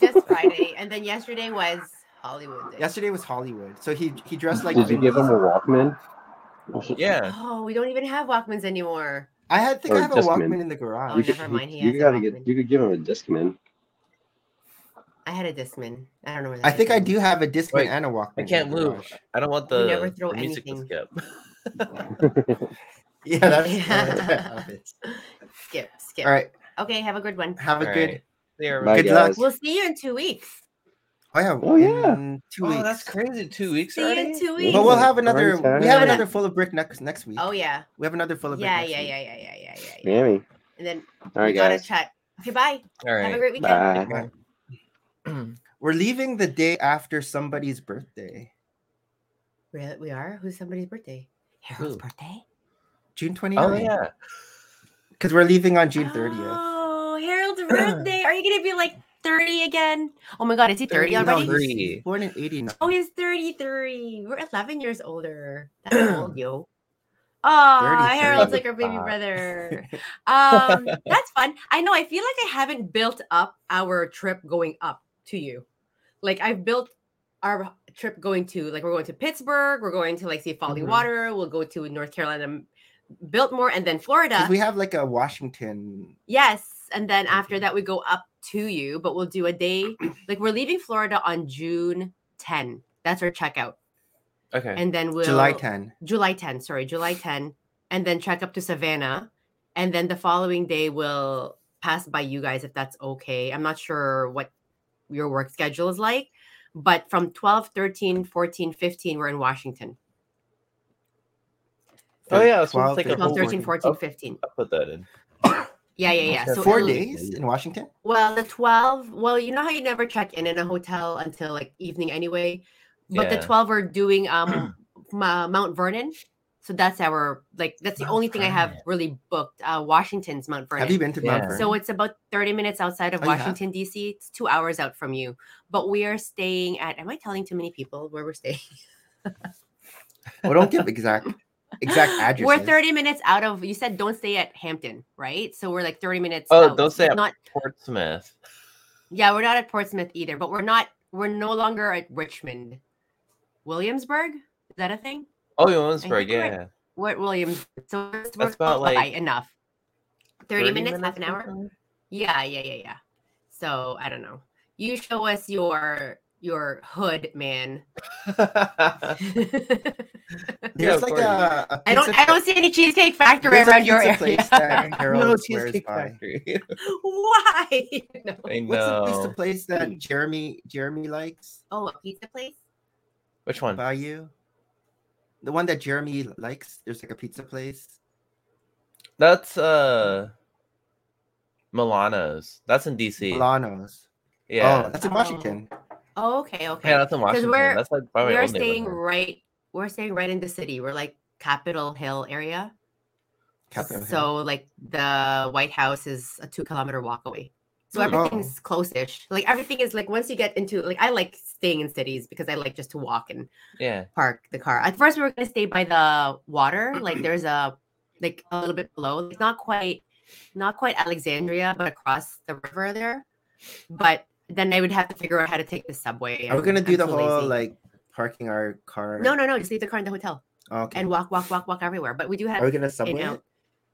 Speaker 2: Just Friday, and then yesterday was Hollywood. Day.
Speaker 1: Yesterday was Hollywood, so he he dressed like.
Speaker 4: Did you
Speaker 1: Vin
Speaker 4: give him a
Speaker 1: Diesel.
Speaker 4: Walkman?
Speaker 3: Yeah.
Speaker 2: Oh, we don't even have Walkmans anymore.
Speaker 1: I had think
Speaker 4: or
Speaker 1: I have a
Speaker 4: just
Speaker 1: Walkman
Speaker 4: mint?
Speaker 1: in the
Speaker 2: Oh,
Speaker 1: garage.
Speaker 4: you could-
Speaker 2: never mind, he
Speaker 4: you
Speaker 2: has a
Speaker 4: gotta get.
Speaker 2: Walkman.
Speaker 4: You could give him a Discman.
Speaker 2: I had a Discman. I don't know where.
Speaker 1: I
Speaker 2: that
Speaker 1: think I
Speaker 2: Discman
Speaker 1: do have a Discman
Speaker 3: Wait,
Speaker 1: and a Walkman.
Speaker 3: I
Speaker 1: in
Speaker 3: can't
Speaker 1: the
Speaker 3: move.
Speaker 1: garage.
Speaker 3: I don't want
Speaker 2: You
Speaker 3: the,
Speaker 2: never throw
Speaker 3: the music
Speaker 2: anything.
Speaker 3: to skip.
Speaker 1: Yeah, that's
Speaker 2: Yeah.
Speaker 1: yeah.
Speaker 2: is. Skip, skip.
Speaker 1: All right,
Speaker 2: Okay, have a good one.
Speaker 1: have a
Speaker 3: All
Speaker 1: good.
Speaker 3: right. There,
Speaker 4: Bye,
Speaker 1: Good luck.
Speaker 4: guys.
Speaker 2: We'll see you in two weeks.
Speaker 1: Oh yeah.
Speaker 4: Oh, yeah.
Speaker 1: in Two
Speaker 3: Oh,
Speaker 1: weeks.
Speaker 3: that's crazy. Two weeks
Speaker 2: See you
Speaker 3: already?
Speaker 2: in two
Speaker 4: Well,
Speaker 2: weeks.
Speaker 1: But we'll have
Speaker 4: Alright,
Speaker 1: another. We have
Speaker 4: guys.
Speaker 1: another full of brick next next week.
Speaker 2: Oh yeah.
Speaker 1: We have another full of brick.
Speaker 2: Yeah,
Speaker 1: next
Speaker 2: yeah,
Speaker 1: week.
Speaker 2: yeah, yeah, yeah, yeah, yeah, yeah.
Speaker 4: Miami.
Speaker 2: And then
Speaker 4: All right,
Speaker 2: we gotta
Speaker 4: guys.
Speaker 2: chat. Okay, bye.
Speaker 3: All
Speaker 2: Have a
Speaker 3: right.
Speaker 2: great weekend.
Speaker 4: Bye.
Speaker 1: Bye. We're leaving the day after somebody's birthday,
Speaker 2: Really, we are. Who's somebody's birthday? Harold's
Speaker 3: Who?
Speaker 2: birthday.
Speaker 1: June
Speaker 3: Oh
Speaker 1: 29th.
Speaker 3: yeah.
Speaker 1: Because we're leaving on June 30th.
Speaker 2: Oh, Harold's birthday. Are you gonna be like thirty again? Oh my God, is he thirty
Speaker 1: No,
Speaker 2: already?
Speaker 1: he's-
Speaker 3: Three.
Speaker 1: he's born in 89.
Speaker 2: Oh, he's thirty-three. We're eleven years older. That's old, yo. Oh,
Speaker 1: 33.
Speaker 2: Harold's like our baby
Speaker 3: Wow.
Speaker 2: brother. Um, that's fun. I know. I feel like I haven't built up our trip going up to you. Like I've built our trip going to like we're going to Pittsburgh, we're going to like see Falling
Speaker 1: Mhm.
Speaker 2: Water, we'll go to North Carolina, Biltmore, and then Florida.
Speaker 1: 'Cause we have like a Washington.
Speaker 2: Yes. And then after
Speaker 1: Mhm.
Speaker 2: that, we go up to you, but we'll do a day. Like we're leaving Florida on June 10. That's our checkout.
Speaker 3: Okay.
Speaker 2: And then we'll
Speaker 1: July 10.
Speaker 2: July 10, sorry, July 10. And then check up to Savannah. And then the following day we'll pass by you guys if that's okay. I'm not sure what your work schedule is like, but from 12, 13, 14, 15, we're in Washington.
Speaker 3: Oh,
Speaker 1: Thir-
Speaker 3: yeah, that's what it's like a
Speaker 2: 12, 13, 14,
Speaker 3: Oh.
Speaker 2: 15.
Speaker 3: I'll put that in.
Speaker 2: Yeah, yeah, yeah.
Speaker 3: Okay.
Speaker 2: So
Speaker 1: Four
Speaker 2: it'll-
Speaker 1: days in Washington?
Speaker 2: Well, the 12, well, you know how you never check in in a hotel until like evening anyway. But
Speaker 3: Yeah.
Speaker 2: the 12 are doing um Ma- Mount Vernon. So that's our like that's the
Speaker 3: Mount
Speaker 2: only thing I have
Speaker 3: Vernon.
Speaker 2: really booked. Uh Washington's Mount Vernon.
Speaker 1: Have you been to Mount
Speaker 3: Yeah.
Speaker 1: Vernon?
Speaker 2: So it's about 30 minutes outside of
Speaker 1: Oh, you have?
Speaker 2: Washington DC. It's 2 hours out from you. But we are staying at Am I telling too many people where we're staying?
Speaker 1: well, don't give exact. exact address.
Speaker 2: We're 30 minutes out of you said don't stay at Hampton, right? So we're like 30 minutes.
Speaker 3: Oh,
Speaker 2: out.
Speaker 3: don't say at
Speaker 2: not
Speaker 3: Portsmouth.
Speaker 2: yeah, we're not at Portsmouth either, but we're not we're no longer at Richmond. Williamsburg? Is that a thing?
Speaker 3: Oh, Williamsburg,
Speaker 2: think we're at
Speaker 3: yeah.
Speaker 2: What Williams? So we're- we're
Speaker 3: That's about,
Speaker 2: close by
Speaker 3: like,
Speaker 2: enough. 30, minutes, half an
Speaker 3: or
Speaker 2: hour.
Speaker 3: something?
Speaker 2: Yeah, yeah, yeah, yeah. So I don't know. You show us your your hood, man.
Speaker 3: Yeah,
Speaker 1: There's
Speaker 3: of
Speaker 1: like
Speaker 3: course.
Speaker 1: a, a
Speaker 2: I don't
Speaker 1: pizza-
Speaker 2: I don't see any cheesecake factory
Speaker 1: there's a
Speaker 2: around your
Speaker 1: pizza
Speaker 2: area.
Speaker 1: place that Harold
Speaker 3: no,
Speaker 1: swears
Speaker 3: Cheesecake
Speaker 1: by.
Speaker 3: Factory.
Speaker 2: Why? No.
Speaker 3: I
Speaker 1: What's the pizza
Speaker 3: know.
Speaker 1: place that Jeremy Jeremy likes?
Speaker 2: Oh, a pizza place?
Speaker 3: Which one?
Speaker 1: Bayou. The one that Jeremy likes. There's like a pizza place.
Speaker 3: That's uh Milano's. That's in DC.
Speaker 1: Milano's.
Speaker 3: yeah.
Speaker 1: Oh, that's in
Speaker 2: Oh.
Speaker 1: Washington.
Speaker 2: Oh, okay, okay.
Speaker 3: yeah, that's in Washington.
Speaker 2: we're-
Speaker 3: that's like probably my
Speaker 2: we're
Speaker 3: old
Speaker 2: staying
Speaker 3: neighborhood.
Speaker 2: right. We're staying right in the city. We're like Capitol Hill area.
Speaker 1: Capitol
Speaker 2: so
Speaker 1: Hill.
Speaker 2: like the White House is a two kilometer walk away. So
Speaker 1: Oh.
Speaker 2: everything's close-ish. Like everything is like once you get into like I like staying in cities because I like just to walk and
Speaker 3: Yeah.
Speaker 2: park the car. At first, we were gonna stay by the water. Like there's a like a little bit below. It's not quite, not quite Alexandria, but across the river there. But then I would have to figure out how to take the subway.
Speaker 1: Are we
Speaker 2: and
Speaker 1: gonna do
Speaker 2: I'm
Speaker 1: the
Speaker 2: too
Speaker 1: whole
Speaker 2: lazy.
Speaker 1: like parking our car?
Speaker 2: No, no, no. Just leave the car in the hotel
Speaker 1: Okay.
Speaker 2: and walk, walk, walk, walk everywhere. But we do
Speaker 1: Are we
Speaker 2: have.
Speaker 1: gonna subway?
Speaker 2: know.
Speaker 1: it?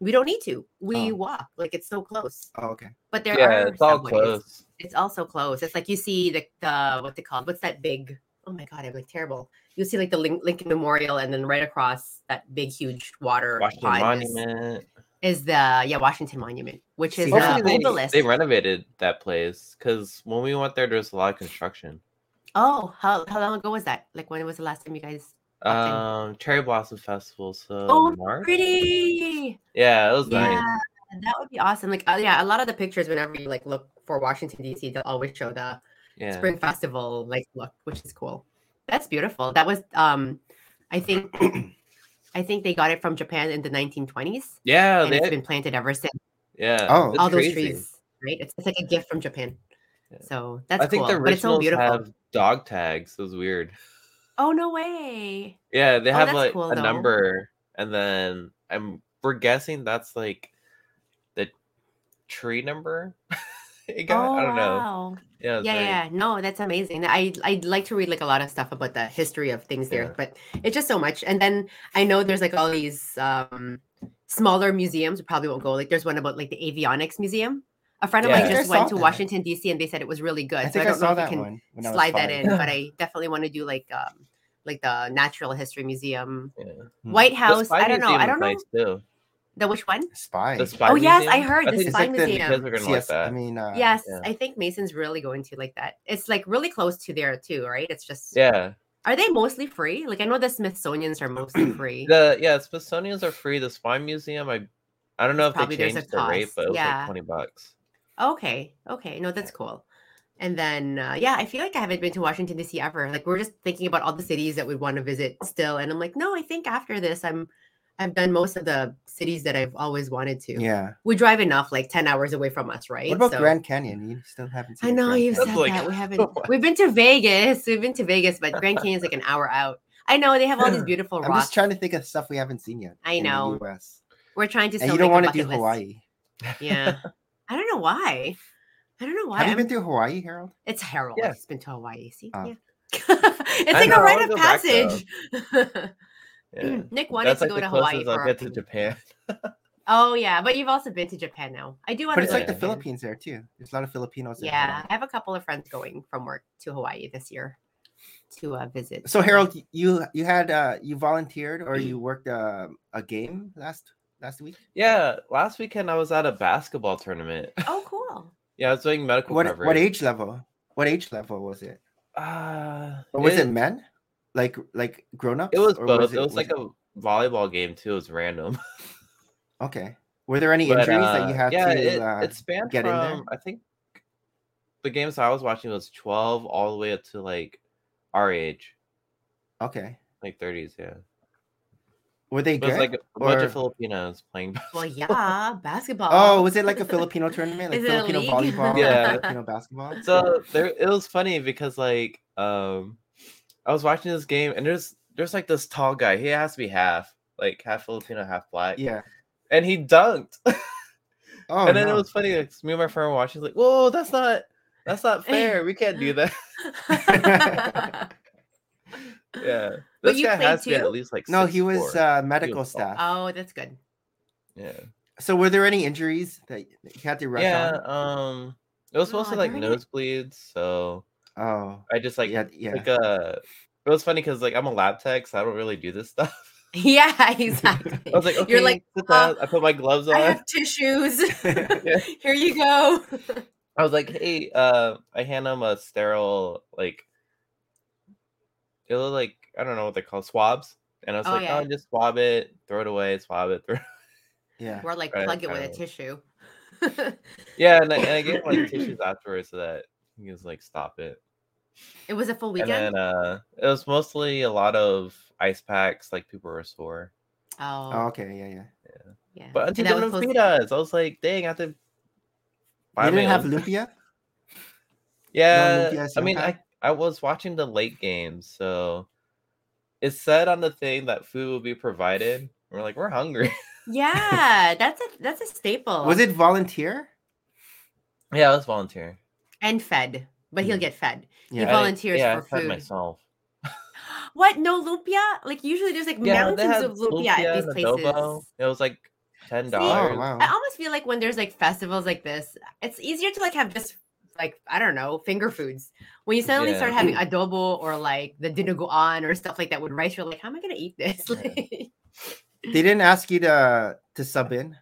Speaker 2: We don't need to. We
Speaker 1: Oh.
Speaker 2: walk. Like it's so close.
Speaker 1: Oh, okay.
Speaker 2: But there
Speaker 3: Yeah,
Speaker 2: are.
Speaker 3: it's all
Speaker 2: subways.
Speaker 3: close.
Speaker 2: It's also close. It's like you see the the what's it called? What's that big? Oh my god, I'm like terrible. You see like the Lin- Lincoln Memorial, and then right across that big, huge water
Speaker 3: Washington
Speaker 2: pond is-
Speaker 3: Monument.
Speaker 2: Is, the yeah Washington Monument, which is
Speaker 1: See,
Speaker 2: the
Speaker 1: hopefully they-
Speaker 2: obelisk.
Speaker 3: They renovated that place because when we went there, there was a lot of construction.
Speaker 2: oh, how how long ago was that? Like when was the last time you guys? Nothing.
Speaker 3: Um, Cherry Blossom Festival. So
Speaker 2: Oh,
Speaker 3: March?
Speaker 2: Pretty.
Speaker 3: Yeah, it was
Speaker 2: Yeah,
Speaker 3: nice.
Speaker 2: that would be awesome. Like uh, yeah, a lot of the pictures whenever you like look for Washington D.C., they'll always show the
Speaker 3: Yeah.
Speaker 2: spring festival like look which is cool that's beautiful that was um i think i think they got it from japan in the 1920s
Speaker 3: Yeah,
Speaker 2: and
Speaker 3: Oh, they
Speaker 2: it's
Speaker 3: had-
Speaker 2: been planted ever since
Speaker 3: yeah.
Speaker 1: Oh.
Speaker 3: it's
Speaker 2: all those
Speaker 3: crazy.
Speaker 2: trees right it's, it's like a gift from japan
Speaker 3: Yeah.
Speaker 2: so that's
Speaker 3: I think
Speaker 2: cool
Speaker 3: the
Speaker 2: but it's so
Speaker 3: originals
Speaker 2: beautiful
Speaker 3: have dog tags. It was weird.
Speaker 2: oh no way
Speaker 3: Yeah, they
Speaker 2: Oh,
Speaker 3: have
Speaker 2: that's
Speaker 3: like
Speaker 2: cool,
Speaker 3: a
Speaker 2: though.
Speaker 3: number, and then I'm we're guessing that's like the tree number. it got,
Speaker 2: oh
Speaker 3: I don't know.
Speaker 2: wow
Speaker 3: Yeah, it's
Speaker 2: yeah
Speaker 3: very-
Speaker 2: yeah no that's amazing i i'd like to read like a lot of stuff about the history of things
Speaker 3: Yeah.
Speaker 2: there but it's just so much and then i know there's like all these um smaller museums we probably won't go like there's one about like the avionics museum a friend of
Speaker 3: Yeah. I
Speaker 2: mine
Speaker 1: think I
Speaker 2: just went
Speaker 1: saw
Speaker 2: to
Speaker 1: that.
Speaker 2: washington dc and they said it was really good
Speaker 1: I
Speaker 2: so i
Speaker 1: think I,
Speaker 2: don't know
Speaker 1: saw
Speaker 2: if
Speaker 1: that
Speaker 2: we can
Speaker 1: one. When I was
Speaker 2: slide that
Speaker 1: five.
Speaker 2: in but i definitely want to do like um like the natural history museum
Speaker 3: yeah.
Speaker 1: Hmm.
Speaker 2: white
Speaker 3: The
Speaker 2: house
Speaker 3: Spy
Speaker 2: i don't know
Speaker 3: Museum
Speaker 2: i
Speaker 3: is
Speaker 2: don't know
Speaker 3: Nice too.
Speaker 2: the which one
Speaker 1: Spy.
Speaker 3: The Spy
Speaker 2: Oh, yes, I
Speaker 3: Museum?
Speaker 2: heard the
Speaker 3: think it's
Speaker 1: Spy
Speaker 3: like the-
Speaker 1: Museum.
Speaker 3: You guys are gonna like
Speaker 1: CS,
Speaker 3: that.
Speaker 1: I mean, uh,
Speaker 2: yes
Speaker 3: yeah.
Speaker 2: i think mason's really going to like that it's like really close to there too right it's just
Speaker 3: yeah,
Speaker 2: Are they mostly free? Like I know the Smithsonian's are mostly free.
Speaker 3: the yeah Smithsonian's are free. The Spy Museum, I I don't know
Speaker 2: It's
Speaker 3: if they
Speaker 2: probably there's a
Speaker 3: changed the rate,
Speaker 2: cost,
Speaker 3: but it was
Speaker 2: yeah.
Speaker 3: like twenty bucks.
Speaker 2: okay, okay, no, that's cool. And then uh, yeah, I feel like I haven't been to Washington D.C. ever. Like we're just thinking about all the cities that we'd want to visit still, and I'm like, no, I think after this, I'm I've done most of the cities that I've always wanted to.
Speaker 1: Yeah.
Speaker 2: We drive enough, like ten hours away from us, right?
Speaker 1: What about
Speaker 2: So-
Speaker 1: Grand Canyon? You still haven't seen
Speaker 2: I know
Speaker 1: Grand
Speaker 2: you've
Speaker 1: Canyon.
Speaker 2: said
Speaker 3: That's like-
Speaker 2: that. We haven't. We've been to Vegas. We've been to Vegas, but Grand Canyon's like an hour out. I know they have all these beautiful
Speaker 1: I'm
Speaker 2: rocks.
Speaker 1: just trying to think of stuff we haven't seen yet.
Speaker 2: I
Speaker 1: in the
Speaker 2: know.
Speaker 1: US.
Speaker 2: We're trying to.
Speaker 1: And
Speaker 2: still
Speaker 1: you don't
Speaker 2: make a
Speaker 1: want to do
Speaker 2: bucket list.
Speaker 1: Hawaii.
Speaker 2: Yeah. I don't know why. I don't know why.
Speaker 1: Have you
Speaker 2: I'm-
Speaker 1: been to Hawaii, Harold?
Speaker 2: it's Harold.
Speaker 3: Yeah.
Speaker 2: It's been to Hawaii. See?
Speaker 1: Ah.
Speaker 2: Yeah. it's like
Speaker 3: know, I
Speaker 2: a rite
Speaker 3: wanna
Speaker 2: of
Speaker 3: go back, though.
Speaker 2: passage.
Speaker 3: Yeah.
Speaker 2: Nick wanted
Speaker 3: That's
Speaker 2: to
Speaker 3: like
Speaker 2: go
Speaker 3: the
Speaker 2: to Hawaii
Speaker 3: closest
Speaker 2: for
Speaker 3: I'll
Speaker 2: a
Speaker 3: get to
Speaker 2: thing.
Speaker 3: Japan.
Speaker 2: Oh yeah, but you've also been to Japan now. I do want
Speaker 1: But
Speaker 2: to
Speaker 1: it's
Speaker 2: go
Speaker 1: like
Speaker 2: to
Speaker 1: the
Speaker 2: Japan.
Speaker 1: Philippines there too. There's a lot of Filipinos. in
Speaker 2: Yeah,
Speaker 1: Hawaii.
Speaker 2: I have a couple of friends going from work to Hawaii this year to uh, visit.
Speaker 1: So Harold, you you had uh you volunteered or you worked uh, a game last last week?
Speaker 3: Yeah, last weekend I was at a basketball tournament.
Speaker 2: Oh, cool.
Speaker 3: Yeah, I was doing medical
Speaker 1: What
Speaker 3: coverage.
Speaker 1: what age level? What age level was it?
Speaker 3: Uh,
Speaker 1: Or was it,
Speaker 3: it,
Speaker 1: men? Like like grown ups?
Speaker 3: it was both. it, was like a volleyball game too. It was random.
Speaker 1: a okay. Were there any
Speaker 3: But,
Speaker 1: injuries that
Speaker 3: uh,
Speaker 1: you had
Speaker 3: yeah,
Speaker 1: to?
Speaker 3: it,
Speaker 1: uh,
Speaker 3: it spanned
Speaker 1: get in there?
Speaker 3: from I think the games I was watching was twelve all the way up to like our age,
Speaker 1: okay.
Speaker 3: like thirties. Yeah,
Speaker 1: Were they
Speaker 3: it was
Speaker 1: good?
Speaker 3: like a bunch
Speaker 1: Or-
Speaker 3: of Filipinos playing.
Speaker 2: Well, yeah, basketball.
Speaker 1: oh, was it like a Filipino tournament, like
Speaker 2: Is it a
Speaker 1: Filipino
Speaker 2: league?
Speaker 1: volleyball, or
Speaker 3: Yeah.
Speaker 1: Filipino basketball?
Speaker 3: so there it was funny because like um i was watching this game and there's there's like this tall guy he has to be half like half Filipino, half black.
Speaker 1: Yeah.
Speaker 3: And he dunked.
Speaker 1: Oh,
Speaker 3: and then
Speaker 1: no.
Speaker 3: it was funny. Like, me and my friend were watching. Like, whoa, that's not that's not fair. We can't do that. yeah.
Speaker 2: But
Speaker 3: This
Speaker 2: you
Speaker 3: guy
Speaker 2: played
Speaker 3: has to be
Speaker 2: too?
Speaker 3: at least like
Speaker 1: no, he was
Speaker 3: 6'4".
Speaker 1: uh, medical
Speaker 3: was tall.
Speaker 1: staff.
Speaker 2: oh, that's good.
Speaker 3: yeah.
Speaker 1: So were there any injuries that he had to rush
Speaker 3: Yeah. Um. It was
Speaker 2: Oh,
Speaker 3: mostly like
Speaker 2: darn it.
Speaker 3: nosebleeds, so
Speaker 1: on? Oh,
Speaker 3: I just like
Speaker 1: yeah, yeah.
Speaker 3: like a. It was funny because like I'm a lab tech, so I don't really do this stuff.
Speaker 2: Yeah, exactly.
Speaker 3: I was like, okay,
Speaker 2: You're like,
Speaker 3: sit
Speaker 2: "Uh,
Speaker 3: down." I put my gloves on.
Speaker 2: I
Speaker 3: I,
Speaker 2: have tissues.
Speaker 3: Yeah.
Speaker 2: Here you go.
Speaker 3: was like, hey, uh, I hand him a sterile like. It was like I don't know what they call swabs, and I was
Speaker 2: Oh,
Speaker 3: like,
Speaker 2: yeah.
Speaker 3: oh, just swab it, throw it away, swab it, throw.
Speaker 1: yeah.
Speaker 2: Or like
Speaker 3: Right,
Speaker 2: plug it with a
Speaker 3: uh,
Speaker 2: tissue.
Speaker 3: Yeah, and I, and I gave him like tissues afterwards so that he was like, stop it.
Speaker 2: it was a full weekend.
Speaker 3: And then uh, it was mostly a lot of ice packs, like people were sore.
Speaker 2: oh,
Speaker 1: Oh, okay, yeah, yeah.
Speaker 2: yeah.
Speaker 3: But Auntie
Speaker 2: And that was
Speaker 3: didn't
Speaker 2: supposed-
Speaker 3: feed us. I was like, dang, I have to. buy
Speaker 1: you
Speaker 3: my
Speaker 1: didn't have
Speaker 3: own-
Speaker 1: lumpia.
Speaker 3: Yeah,
Speaker 1: Lumpia
Speaker 3: I mean, I
Speaker 1: Sianka?
Speaker 3: I was watching the late game, so it said on the thing that food will be provided. and We're like, we're hungry.
Speaker 2: yeah, that's a that's a staple.
Speaker 1: Was it volunteer?
Speaker 3: yeah, I was volunteering.
Speaker 2: and fed? But he'll
Speaker 3: Hmm.
Speaker 1: Mm.
Speaker 2: get fed.
Speaker 1: Yeah.
Speaker 3: I-
Speaker 2: volunteers
Speaker 3: yeah,
Speaker 2: for
Speaker 3: I fed
Speaker 2: food.
Speaker 3: myself.
Speaker 2: What? No lumpia? Like usually there's like
Speaker 3: Yeah, they
Speaker 2: mountains
Speaker 3: had
Speaker 2: of lumpia, at these
Speaker 3: and
Speaker 2: places.
Speaker 3: adobo. It was like ten dollars.
Speaker 1: Oh wow.
Speaker 2: I almost feel like when there's like festivals like this, it's easier to like have just like I don't know finger foods. When you suddenly start
Speaker 3: Yeah.
Speaker 2: having adobo or like the dinuguan or stuff like that with rice, you're like, how am I gonna eat this?
Speaker 3: Yeah.
Speaker 2: Like,
Speaker 1: They didn't ask you to to sub in.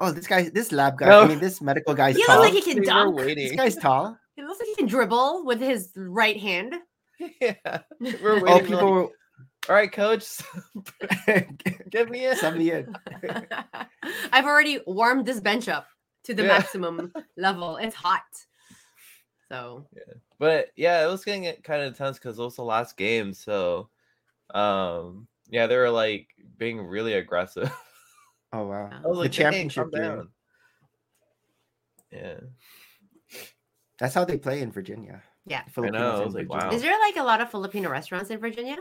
Speaker 1: Oh, this guy, this lab guy. I
Speaker 3: No.
Speaker 1: mean, this medical guy's
Speaker 2: He looks
Speaker 1: tall.
Speaker 2: like he can
Speaker 3: We were
Speaker 2: dunk.
Speaker 1: This
Speaker 3: waiting.
Speaker 1: guy's tall.
Speaker 2: it looks like he can dribble with his right hand.
Speaker 3: yeah. We're
Speaker 1: Oh,
Speaker 3: waiting. we're
Speaker 1: people
Speaker 3: like,
Speaker 1: were-
Speaker 3: All right, coach, give me in.
Speaker 1: sub me in.
Speaker 2: I've already warmed this bench up to the
Speaker 3: Yeah.
Speaker 2: maximum level. It's hot. So
Speaker 3: But yeah, it was getting kind of intense because it was the last game. So, um, yeah, they were like being really aggressive.
Speaker 1: Oh wow.
Speaker 3: I was
Speaker 1: The
Speaker 3: like, "Dang, calm
Speaker 1: championship game.
Speaker 3: down." Yeah,
Speaker 1: That's how they play in Virginia.
Speaker 2: Yeah. I
Speaker 1: Filipinos
Speaker 3: know, I
Speaker 1: in
Speaker 3: was like,
Speaker 1: Virginia.
Speaker 3: wow.
Speaker 2: is there like a lot of Filipino restaurants in Virginia?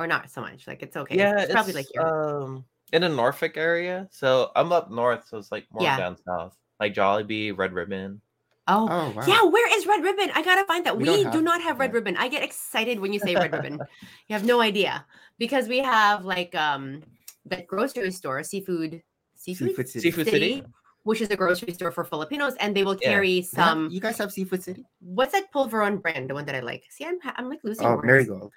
Speaker 2: Or not so much. Like it's okay.
Speaker 3: yeah,
Speaker 2: it's, probably like
Speaker 3: it's,
Speaker 2: here.
Speaker 3: um in the Norfolk area. So I'm up north, so it's like more
Speaker 2: Yeah.
Speaker 3: down south, like Jollibee, Red Ribbon.
Speaker 2: oh,
Speaker 1: Oh wow.
Speaker 2: Yeah, where is Red Ribbon? I gotta find that. We,
Speaker 1: We don't
Speaker 2: do
Speaker 1: have
Speaker 2: not have Red
Speaker 1: that.
Speaker 2: Ribbon. I get excited when you say Red Ribbon. You have no idea because we have like um that grocery store, seafood, seafood,
Speaker 1: Seafood City.
Speaker 3: Seafood City.
Speaker 2: City, which is a grocery store for Filipinos, and they will
Speaker 3: Yeah.
Speaker 2: carry
Speaker 1: You have-
Speaker 2: some.
Speaker 1: you guys have Seafood City?
Speaker 2: What's that Pulveron brand? The one that I like. See, I'm ha- I'm like losing.
Speaker 1: Oh,
Speaker 2: words.
Speaker 1: Marigold.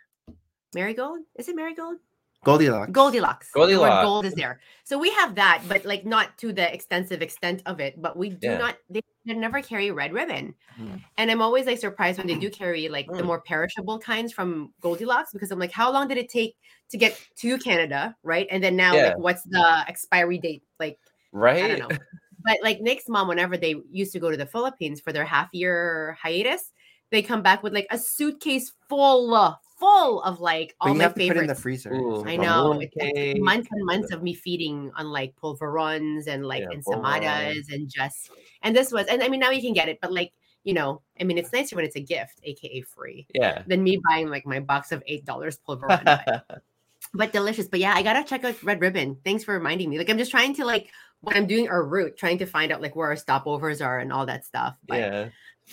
Speaker 2: Marigold? Is it marigold?
Speaker 1: Goldilocks.
Speaker 2: Goldilocks. The word
Speaker 3: Goldilocks.
Speaker 2: Gold is there. So we have that, but like not to the extensive extent of it. But we do
Speaker 3: Yeah.
Speaker 2: not. They, they never carry red ribbon,
Speaker 1: Mm.
Speaker 2: and I'm always like surprised when they do carry like
Speaker 1: Hmm.
Speaker 2: the
Speaker 3: Mm.
Speaker 2: more perishable kinds from Goldilocks because I'm like, how long did it take to get to Canada, right? And then now, like,
Speaker 3: Yeah.
Speaker 2: what's the expiry date? Like,
Speaker 3: Right?
Speaker 2: I don't know. But like Nick's mom, whenever they used to go to the Philippines for their half year hiatus, they come back with like a suitcase full, full of like
Speaker 1: But
Speaker 2: all
Speaker 1: you
Speaker 2: my
Speaker 1: have to
Speaker 2: favorites.
Speaker 1: put in the freezer.
Speaker 3: Ooh,
Speaker 2: I
Speaker 3: Ramon
Speaker 2: know. It, it's
Speaker 3: cake.
Speaker 2: months and months of me feeding on like pulverons and like
Speaker 3: Yeah,
Speaker 2: ensamadas and just and this was and I mean now you can get it, but like you know, I mean it's nicer when it's a gift, aka free,
Speaker 3: Yeah.
Speaker 2: than me buying like my box of eight dollars pulveron. but, but delicious. But yeah, I gotta check out Red Ribbon. Thanks for reminding me. Like I'm just trying to like when I'm doing our route, trying to find out like where our stopovers are and all that stuff. But
Speaker 3: yeah.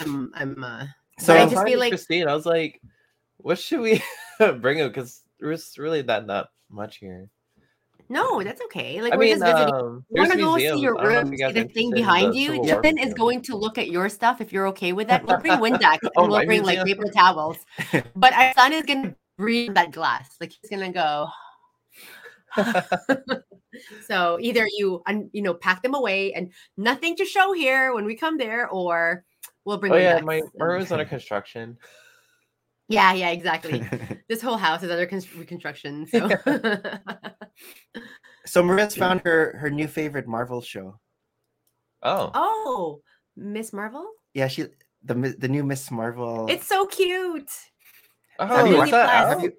Speaker 2: I'm I'm uh
Speaker 1: So
Speaker 2: But I
Speaker 3: I was
Speaker 2: just
Speaker 3: talking
Speaker 2: feel
Speaker 3: to
Speaker 2: like-
Speaker 3: Christine. I was like, what should we bring him? Because there's really that not much here.
Speaker 2: no, that's okay. Like
Speaker 3: I
Speaker 2: we're
Speaker 3: mean,
Speaker 2: just visiting.
Speaker 3: um,
Speaker 2: You want to
Speaker 3: there's
Speaker 2: go
Speaker 3: museums.
Speaker 2: see your
Speaker 3: I don't know if
Speaker 2: room,
Speaker 3: you
Speaker 2: see
Speaker 3: guys
Speaker 2: the
Speaker 3: are
Speaker 2: thing
Speaker 3: interested in
Speaker 2: behind
Speaker 3: the
Speaker 2: you.
Speaker 3: Civil War
Speaker 2: Justin is
Speaker 3: museum.
Speaker 2: going to look at your stuff if you're okay with that. We'll bring Windex and
Speaker 3: Oh,
Speaker 2: we'll
Speaker 3: my
Speaker 2: bring like
Speaker 3: museum.
Speaker 2: paper towels. But our son is going to breathe that glass. Like he's going to go.
Speaker 3: Oh,
Speaker 2: so either you un- you know pack them away and nothing to show here when we come there, or we'll bring.
Speaker 3: Oh yeah,
Speaker 2: Windex
Speaker 3: my
Speaker 2: and-
Speaker 3: my room's under construction.
Speaker 2: yeah, yeah, exactly. this whole house is under const- reconstruction. So
Speaker 1: so Maria's found her her new favorite Marvel show.
Speaker 3: Oh,
Speaker 2: oh, Miss Marvel,
Speaker 1: Yeah, she the mi- the new Miss Marvel.
Speaker 2: it's so cute.
Speaker 1: have
Speaker 3: oh,
Speaker 1: you
Speaker 3: is
Speaker 1: watched
Speaker 2: Disney
Speaker 3: that
Speaker 2: Plus.
Speaker 1: have
Speaker 3: out?
Speaker 1: you-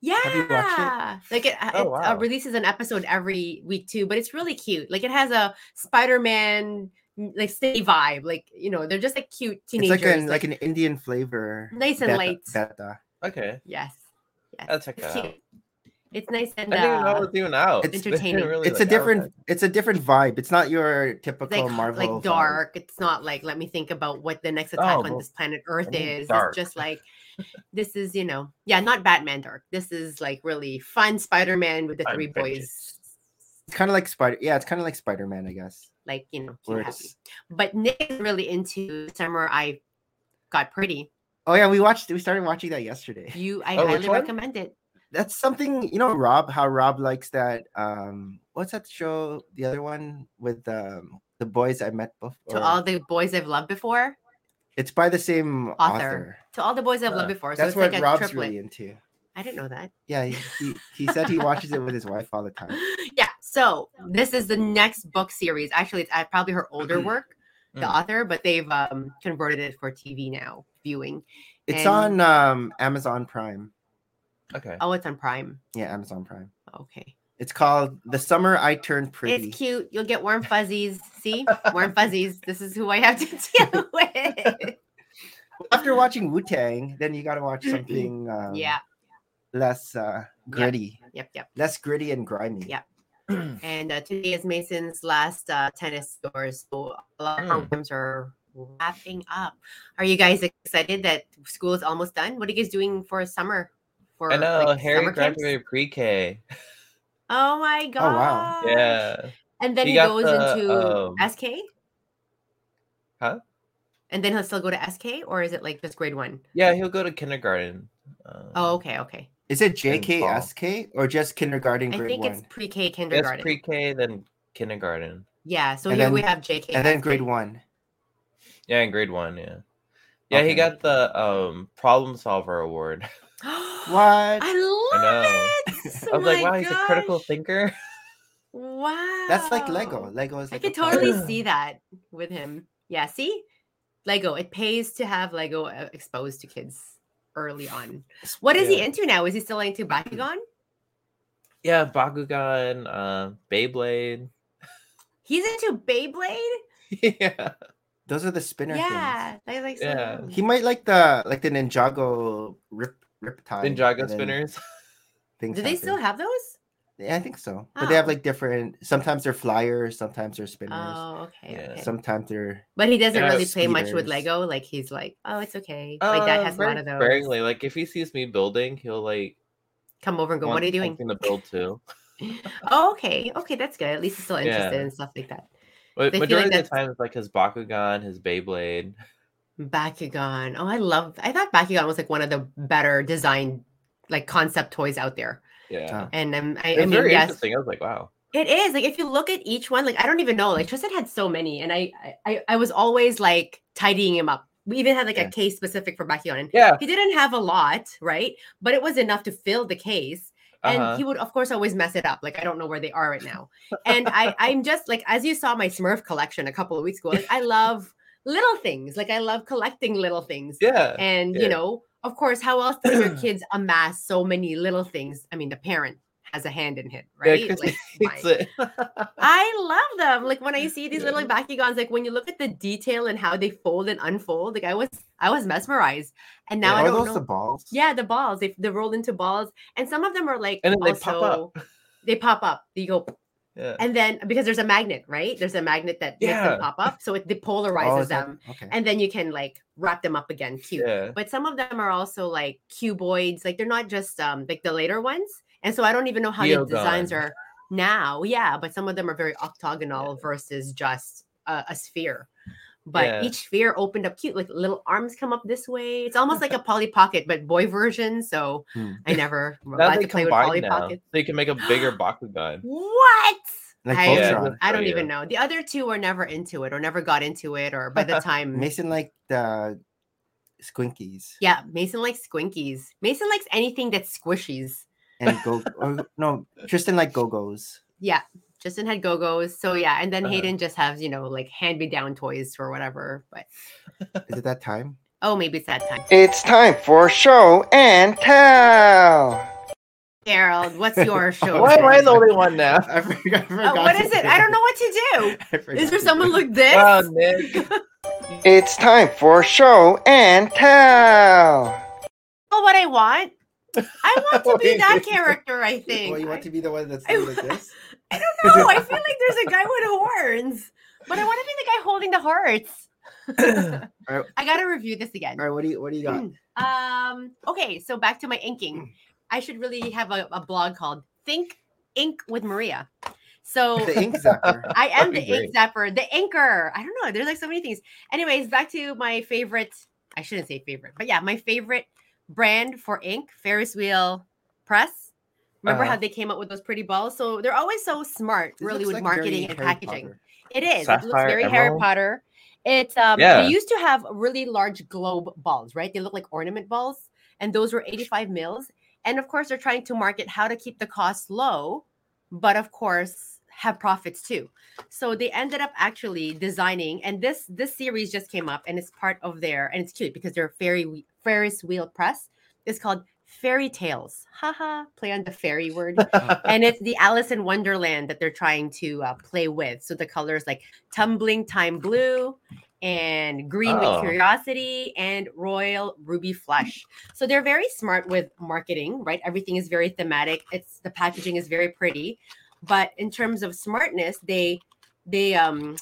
Speaker 2: Yeah.
Speaker 1: you watched it?
Speaker 2: Like it, it uh,
Speaker 3: wow.
Speaker 2: releases an episode every week too, but it's really cute. Like it has a Spider-Man mm, like city vibe. Like, you know, they're just like cute
Speaker 1: it's
Speaker 2: teenagers.
Speaker 1: like an like an Indian flavor.
Speaker 2: nice and
Speaker 1: beta-
Speaker 2: light.
Speaker 1: beta.
Speaker 3: Okay,
Speaker 2: yes. Yes.
Speaker 3: I'll check
Speaker 2: It's
Speaker 3: that out.
Speaker 2: cute. It's nice and
Speaker 3: I didn't even know it
Speaker 2: uh,
Speaker 3: was even
Speaker 1: It's-
Speaker 3: out. They didn't
Speaker 2: entertaining.
Speaker 3: really,
Speaker 1: It's a
Speaker 3: like,
Speaker 1: different it's a different vibe. It's not your typical
Speaker 2: like
Speaker 1: Marvel
Speaker 2: like
Speaker 1: vibe.
Speaker 2: dark. It's not like let me think about what the next attack
Speaker 3: Oh,
Speaker 2: on
Speaker 3: well,
Speaker 2: this planet Earth
Speaker 3: mean
Speaker 2: is.
Speaker 3: dark.
Speaker 2: It's just like this is you know yeah not Batman dark. This is like really fun Spider Man with the
Speaker 3: I'm
Speaker 2: three boys.
Speaker 3: vengeance.
Speaker 1: It's kind of like Spider. Yeah, it's kind of like Spider Man, I guess.
Speaker 2: Like you know,
Speaker 1: Where
Speaker 2: he's happy.
Speaker 1: it's-
Speaker 2: But Nick is really into summer. I got pretty.
Speaker 1: Oh yeah, we watched. We started watching that yesterday.
Speaker 2: You, I
Speaker 3: Oh, which
Speaker 2: highly
Speaker 3: one?
Speaker 2: recommend it.
Speaker 1: That's something you know, Rob. How Rob likes that. Um, what's that show? The other one with um the boys I met before.
Speaker 2: To
Speaker 3: Oh.
Speaker 2: all the boys I've loved before.
Speaker 1: It's by the same author.
Speaker 2: Author. To all the boys I've
Speaker 3: Uh,
Speaker 2: loved before. So
Speaker 1: That's
Speaker 2: it's
Speaker 1: what
Speaker 2: like a
Speaker 1: Rob's
Speaker 2: triplet.
Speaker 1: really into.
Speaker 2: I didn't know that.
Speaker 1: Yeah, he, he he said he watches it with his wife all the time.
Speaker 2: yeah. So this is the next book series. Actually, it's uh, probably her older work, the
Speaker 3: Mm-hmm. Mm.
Speaker 2: author, but they've um, converted it for TV now viewing.
Speaker 1: It's
Speaker 2: And-
Speaker 1: on um Amazon Prime.
Speaker 3: Okay.
Speaker 2: Oh, it's on Prime.
Speaker 1: Yeah, Amazon Prime.
Speaker 2: Okay,
Speaker 1: It's called The Summer I Turned Pretty.
Speaker 2: it's cute. You'll get warm fuzzies. See, warm fuzzies. This is who I have to deal with.
Speaker 1: After watching Wu Tang, then you got to watch something um,
Speaker 2: yeah.
Speaker 1: less uh, gritty,
Speaker 2: Yep. Yep.
Speaker 1: less gritty and grimy.
Speaker 2: Yeah. And uh, today is Mason's last uh, tennis scores, so a lot of
Speaker 3: Hmm.
Speaker 2: programs are wrapping up. Are you guys excited that school is almost done? What are you guys doing for summer? For
Speaker 3: I know
Speaker 2: like,
Speaker 3: uh, Harry
Speaker 2: summer camps?
Speaker 3: graduated pre-K.
Speaker 2: Oh my god!
Speaker 1: wow.
Speaker 3: Yeah.
Speaker 2: And then
Speaker 3: He
Speaker 2: he,
Speaker 3: got
Speaker 2: goes
Speaker 3: the,
Speaker 2: into
Speaker 3: um,
Speaker 2: SK.
Speaker 3: Huh?
Speaker 2: And then he'll still go to SK, or is it like just grade one?
Speaker 3: Yeah, he'll go to kindergarten. Um,
Speaker 2: Oh, okay, okay.
Speaker 1: Is it
Speaker 3: fall.
Speaker 1: JKSK or just kindergarten
Speaker 2: I
Speaker 1: grade
Speaker 2: think
Speaker 1: one?
Speaker 2: it's pre-K
Speaker 3: That's
Speaker 2: kindergarten.
Speaker 3: pre-K then kindergarten.
Speaker 2: yeah. So
Speaker 1: And
Speaker 2: here
Speaker 1: then-
Speaker 2: we have JK.
Speaker 1: and then
Speaker 2: SK.
Speaker 1: grade one.
Speaker 3: Yeah, in grade one. Yeah. Yeah,
Speaker 1: Okay.
Speaker 3: he got the um problem solver award.
Speaker 1: What?
Speaker 2: I
Speaker 3: I
Speaker 2: love
Speaker 3: know.
Speaker 2: it.
Speaker 3: I was like,
Speaker 2: my
Speaker 3: wow, he's a critical
Speaker 2: gosh.
Speaker 3: thinker.
Speaker 2: Wow.
Speaker 1: That's like Lego. Lego is
Speaker 2: I
Speaker 1: like.
Speaker 2: could
Speaker 1: a puzzle.
Speaker 2: totally see that with him. Yeah, see? Lego. It pays to have Lego uh, exposed to kids early on. What is he
Speaker 3: Yeah.
Speaker 2: into now? Is he still into Bakugan?
Speaker 3: yeah, Bakugan, uh, Beyblade.
Speaker 2: He's into Beyblade?
Speaker 3: yeah.
Speaker 1: Those are the spinner
Speaker 2: Yeah. Like, like so
Speaker 3: Yeah.
Speaker 2: young.
Speaker 1: things. He might like the like the Ninjago rip riptide. and
Speaker 3: Ninjago
Speaker 1: then
Speaker 3: spinners.
Speaker 1: Things
Speaker 2: Do they still
Speaker 1: happen.
Speaker 2: have those?
Speaker 1: Yeah, I think so. But they have
Speaker 2: Oh.
Speaker 1: like different. Sometimes they're flyers. Sometimes they're spinners.
Speaker 2: Oh, okay.
Speaker 3: Yeah.
Speaker 2: okay.
Speaker 1: Sometimes they're
Speaker 2: but he doesn't
Speaker 3: Yeah,
Speaker 2: really play much with
Speaker 1: speeders.
Speaker 2: Lego. Like he's like, oh, it's okay. My dad
Speaker 3: Uh,
Speaker 2: has a lot
Speaker 3: very
Speaker 2: of those.
Speaker 3: Sparingly, like if he sees me building, he'll like.
Speaker 2: Come over and go, what
Speaker 3: want
Speaker 2: are you doing?
Speaker 3: Something to build to.
Speaker 2: Oh, okay. Okay, that's good. At least he's still interested
Speaker 3: Yeah.
Speaker 2: in stuff like that.
Speaker 3: But
Speaker 2: They feel
Speaker 3: majority
Speaker 2: like
Speaker 3: of the time, it's like his Bakugan, his Beyblade.
Speaker 2: Bakugan. Oh, I love. I thought Bakugan was like one of the better designed, like concept toys out there.
Speaker 3: Yeah.
Speaker 1: Oh.
Speaker 2: And um, I,
Speaker 3: It's
Speaker 2: I mean,
Speaker 3: very
Speaker 2: yes,
Speaker 3: interesting. I was like, wow.
Speaker 2: it is. Like if you look at each one, like I don't even know. Like Tristan had so many, and I, I- I, I was always like tidying him up. We even had like
Speaker 1: Yeah.
Speaker 2: a case specific for Bakugan. And
Speaker 3: Yeah.
Speaker 2: He didn't have a lot, right? But it was enough to fill the case. and
Speaker 3: uh-huh.
Speaker 2: he would of course always mess it up like i don't know where they are right now and i i'm just like as you saw my smurf collection a couple of weeks ago like i love little things like i love collecting little things
Speaker 3: yeah.
Speaker 2: and
Speaker 3: yeah.
Speaker 2: you know of course how else do your kids amass so many little things i mean the parent has a hand in it
Speaker 3: Yeah,
Speaker 2: right
Speaker 3: 'cause
Speaker 2: Like,
Speaker 3: he
Speaker 2: my-
Speaker 3: hates it.
Speaker 2: I love them. Like when I see these
Speaker 3: Yeah.
Speaker 2: little bakugans, like when you look at the detail and how they fold and unfold, like I was, I was mesmerized. And now
Speaker 3: Yeah.
Speaker 2: I
Speaker 1: are
Speaker 2: don't
Speaker 1: those
Speaker 2: know.
Speaker 1: the balls?
Speaker 2: Yeah, the balls. They they roll into balls, and some of them are like
Speaker 3: And then they
Speaker 2: also,
Speaker 3: pop up.
Speaker 2: They pop up. You go,
Speaker 3: yeah.
Speaker 2: and then because there's a magnet, right? There's a magnet that makes
Speaker 3: Yeah.
Speaker 2: them pop up, so it
Speaker 1: Oh,
Speaker 2: depolarizes
Speaker 1: is that-
Speaker 2: them,
Speaker 1: Okay.
Speaker 2: and then you can like wrap them up again. Cute.
Speaker 3: Yeah.
Speaker 2: But some of them are also like cuboids. Like they're not just um like the later ones, and so I don't even know how the designs
Speaker 3: Geogon.
Speaker 2: are now. Yeah, but some of them are very octagonal versus just a, a sphere. But
Speaker 3: Yeah.
Speaker 2: each sphere opened up cute, like little arms come up this way. It's almost like a Polly Pocket, but boy version. So
Speaker 1: Hmm.
Speaker 2: I never
Speaker 3: Now
Speaker 2: allowed
Speaker 3: they
Speaker 2: to play with Polly
Speaker 3: combine now.
Speaker 2: Pocket.
Speaker 3: So you can make a bigger Bakugan.
Speaker 2: What?
Speaker 1: Like
Speaker 2: I,
Speaker 1: Voltron.
Speaker 2: I don't
Speaker 3: Yeah.
Speaker 2: even know. The other two were never into it or never got into it, or by the time.
Speaker 1: Mason like the squinkies
Speaker 2: yeah, Mason likes squinkies. Mason likes anything that's squishies.
Speaker 1: and go. Or, no, Tristan like go go's.
Speaker 2: Yeah, Justin had Go Go's. So yeah, and then
Speaker 3: Uh-huh.
Speaker 2: Hayden just has, you know, like hand me down toys or whatever. But
Speaker 1: Is it that time?
Speaker 2: oh, maybe it's that time.
Speaker 5: It's time for show and tell.
Speaker 2: Gerald, what's your show?
Speaker 3: Why am I
Speaker 2: today?
Speaker 3: the only one now?
Speaker 1: I forgot. I
Speaker 2: Oh,
Speaker 1: forgot
Speaker 2: what is it? I don't know what to do. Is there someone like this?
Speaker 3: Wow, Nick.
Speaker 5: It's time for show and tell.
Speaker 2: Oh, what I want? I want to
Speaker 3: What do
Speaker 2: be
Speaker 3: you
Speaker 2: that
Speaker 3: mean?
Speaker 2: character. I think.
Speaker 1: Well, you want
Speaker 2: I-
Speaker 1: to be the one that's
Speaker 2: I-
Speaker 1: doing like this?
Speaker 2: I don't know. I feel like there's a guy with horns, but I want to be the guy holding the hearts.
Speaker 1: Alright.
Speaker 2: I gotta review this again.
Speaker 1: All right, what do you what do you got?
Speaker 2: Um. Okay, so back to my
Speaker 1: Mm.
Speaker 2: inking. I should really have a, a blog called Think Ink with Maria. So
Speaker 1: The ink zapper.
Speaker 2: I am
Speaker 3: That'd
Speaker 2: the
Speaker 3: be
Speaker 2: ink zapper, the inker. I don't know. There's like so many things. Anyways, back to my favorite. I shouldn't say favorite, but yeah, my favorite brand for ink, Ferris Wheel Press. Remember how
Speaker 1: Uh-huh.
Speaker 2: they came up with those pretty balls? So they're always so smart,
Speaker 1: This
Speaker 2: really,
Speaker 1: looks
Speaker 2: with
Speaker 1: like very
Speaker 2: marketing and
Speaker 1: Harry
Speaker 2: packaging.
Speaker 1: Potter.
Speaker 2: It is. it looks
Speaker 3: Sapphire,
Speaker 2: very Harry
Speaker 3: emerald.
Speaker 2: Potter. It's um
Speaker 3: Yeah.
Speaker 2: they used to have really large globe balls, right? They look like ornament balls, and those were 85 mils. And of course, they're trying to market how to keep the cost low, but of course have profits too. So they ended up actually designing, and this this series just came up, and it's part of their, and it's cute because they're fairy whe- Ferris Wheel Press. It's called Fairy Tales. Haha, play on the fairy word and it's the Alice in Wonderland that they're trying to uh, play with. So the colors like tumbling time blue and green with
Speaker 3: Oh.
Speaker 2: curiosity and royal ruby flush. So they're very smart with marketing, right? Everything is very thematic. It's the packaging is very pretty, but in terms of smartness, they they um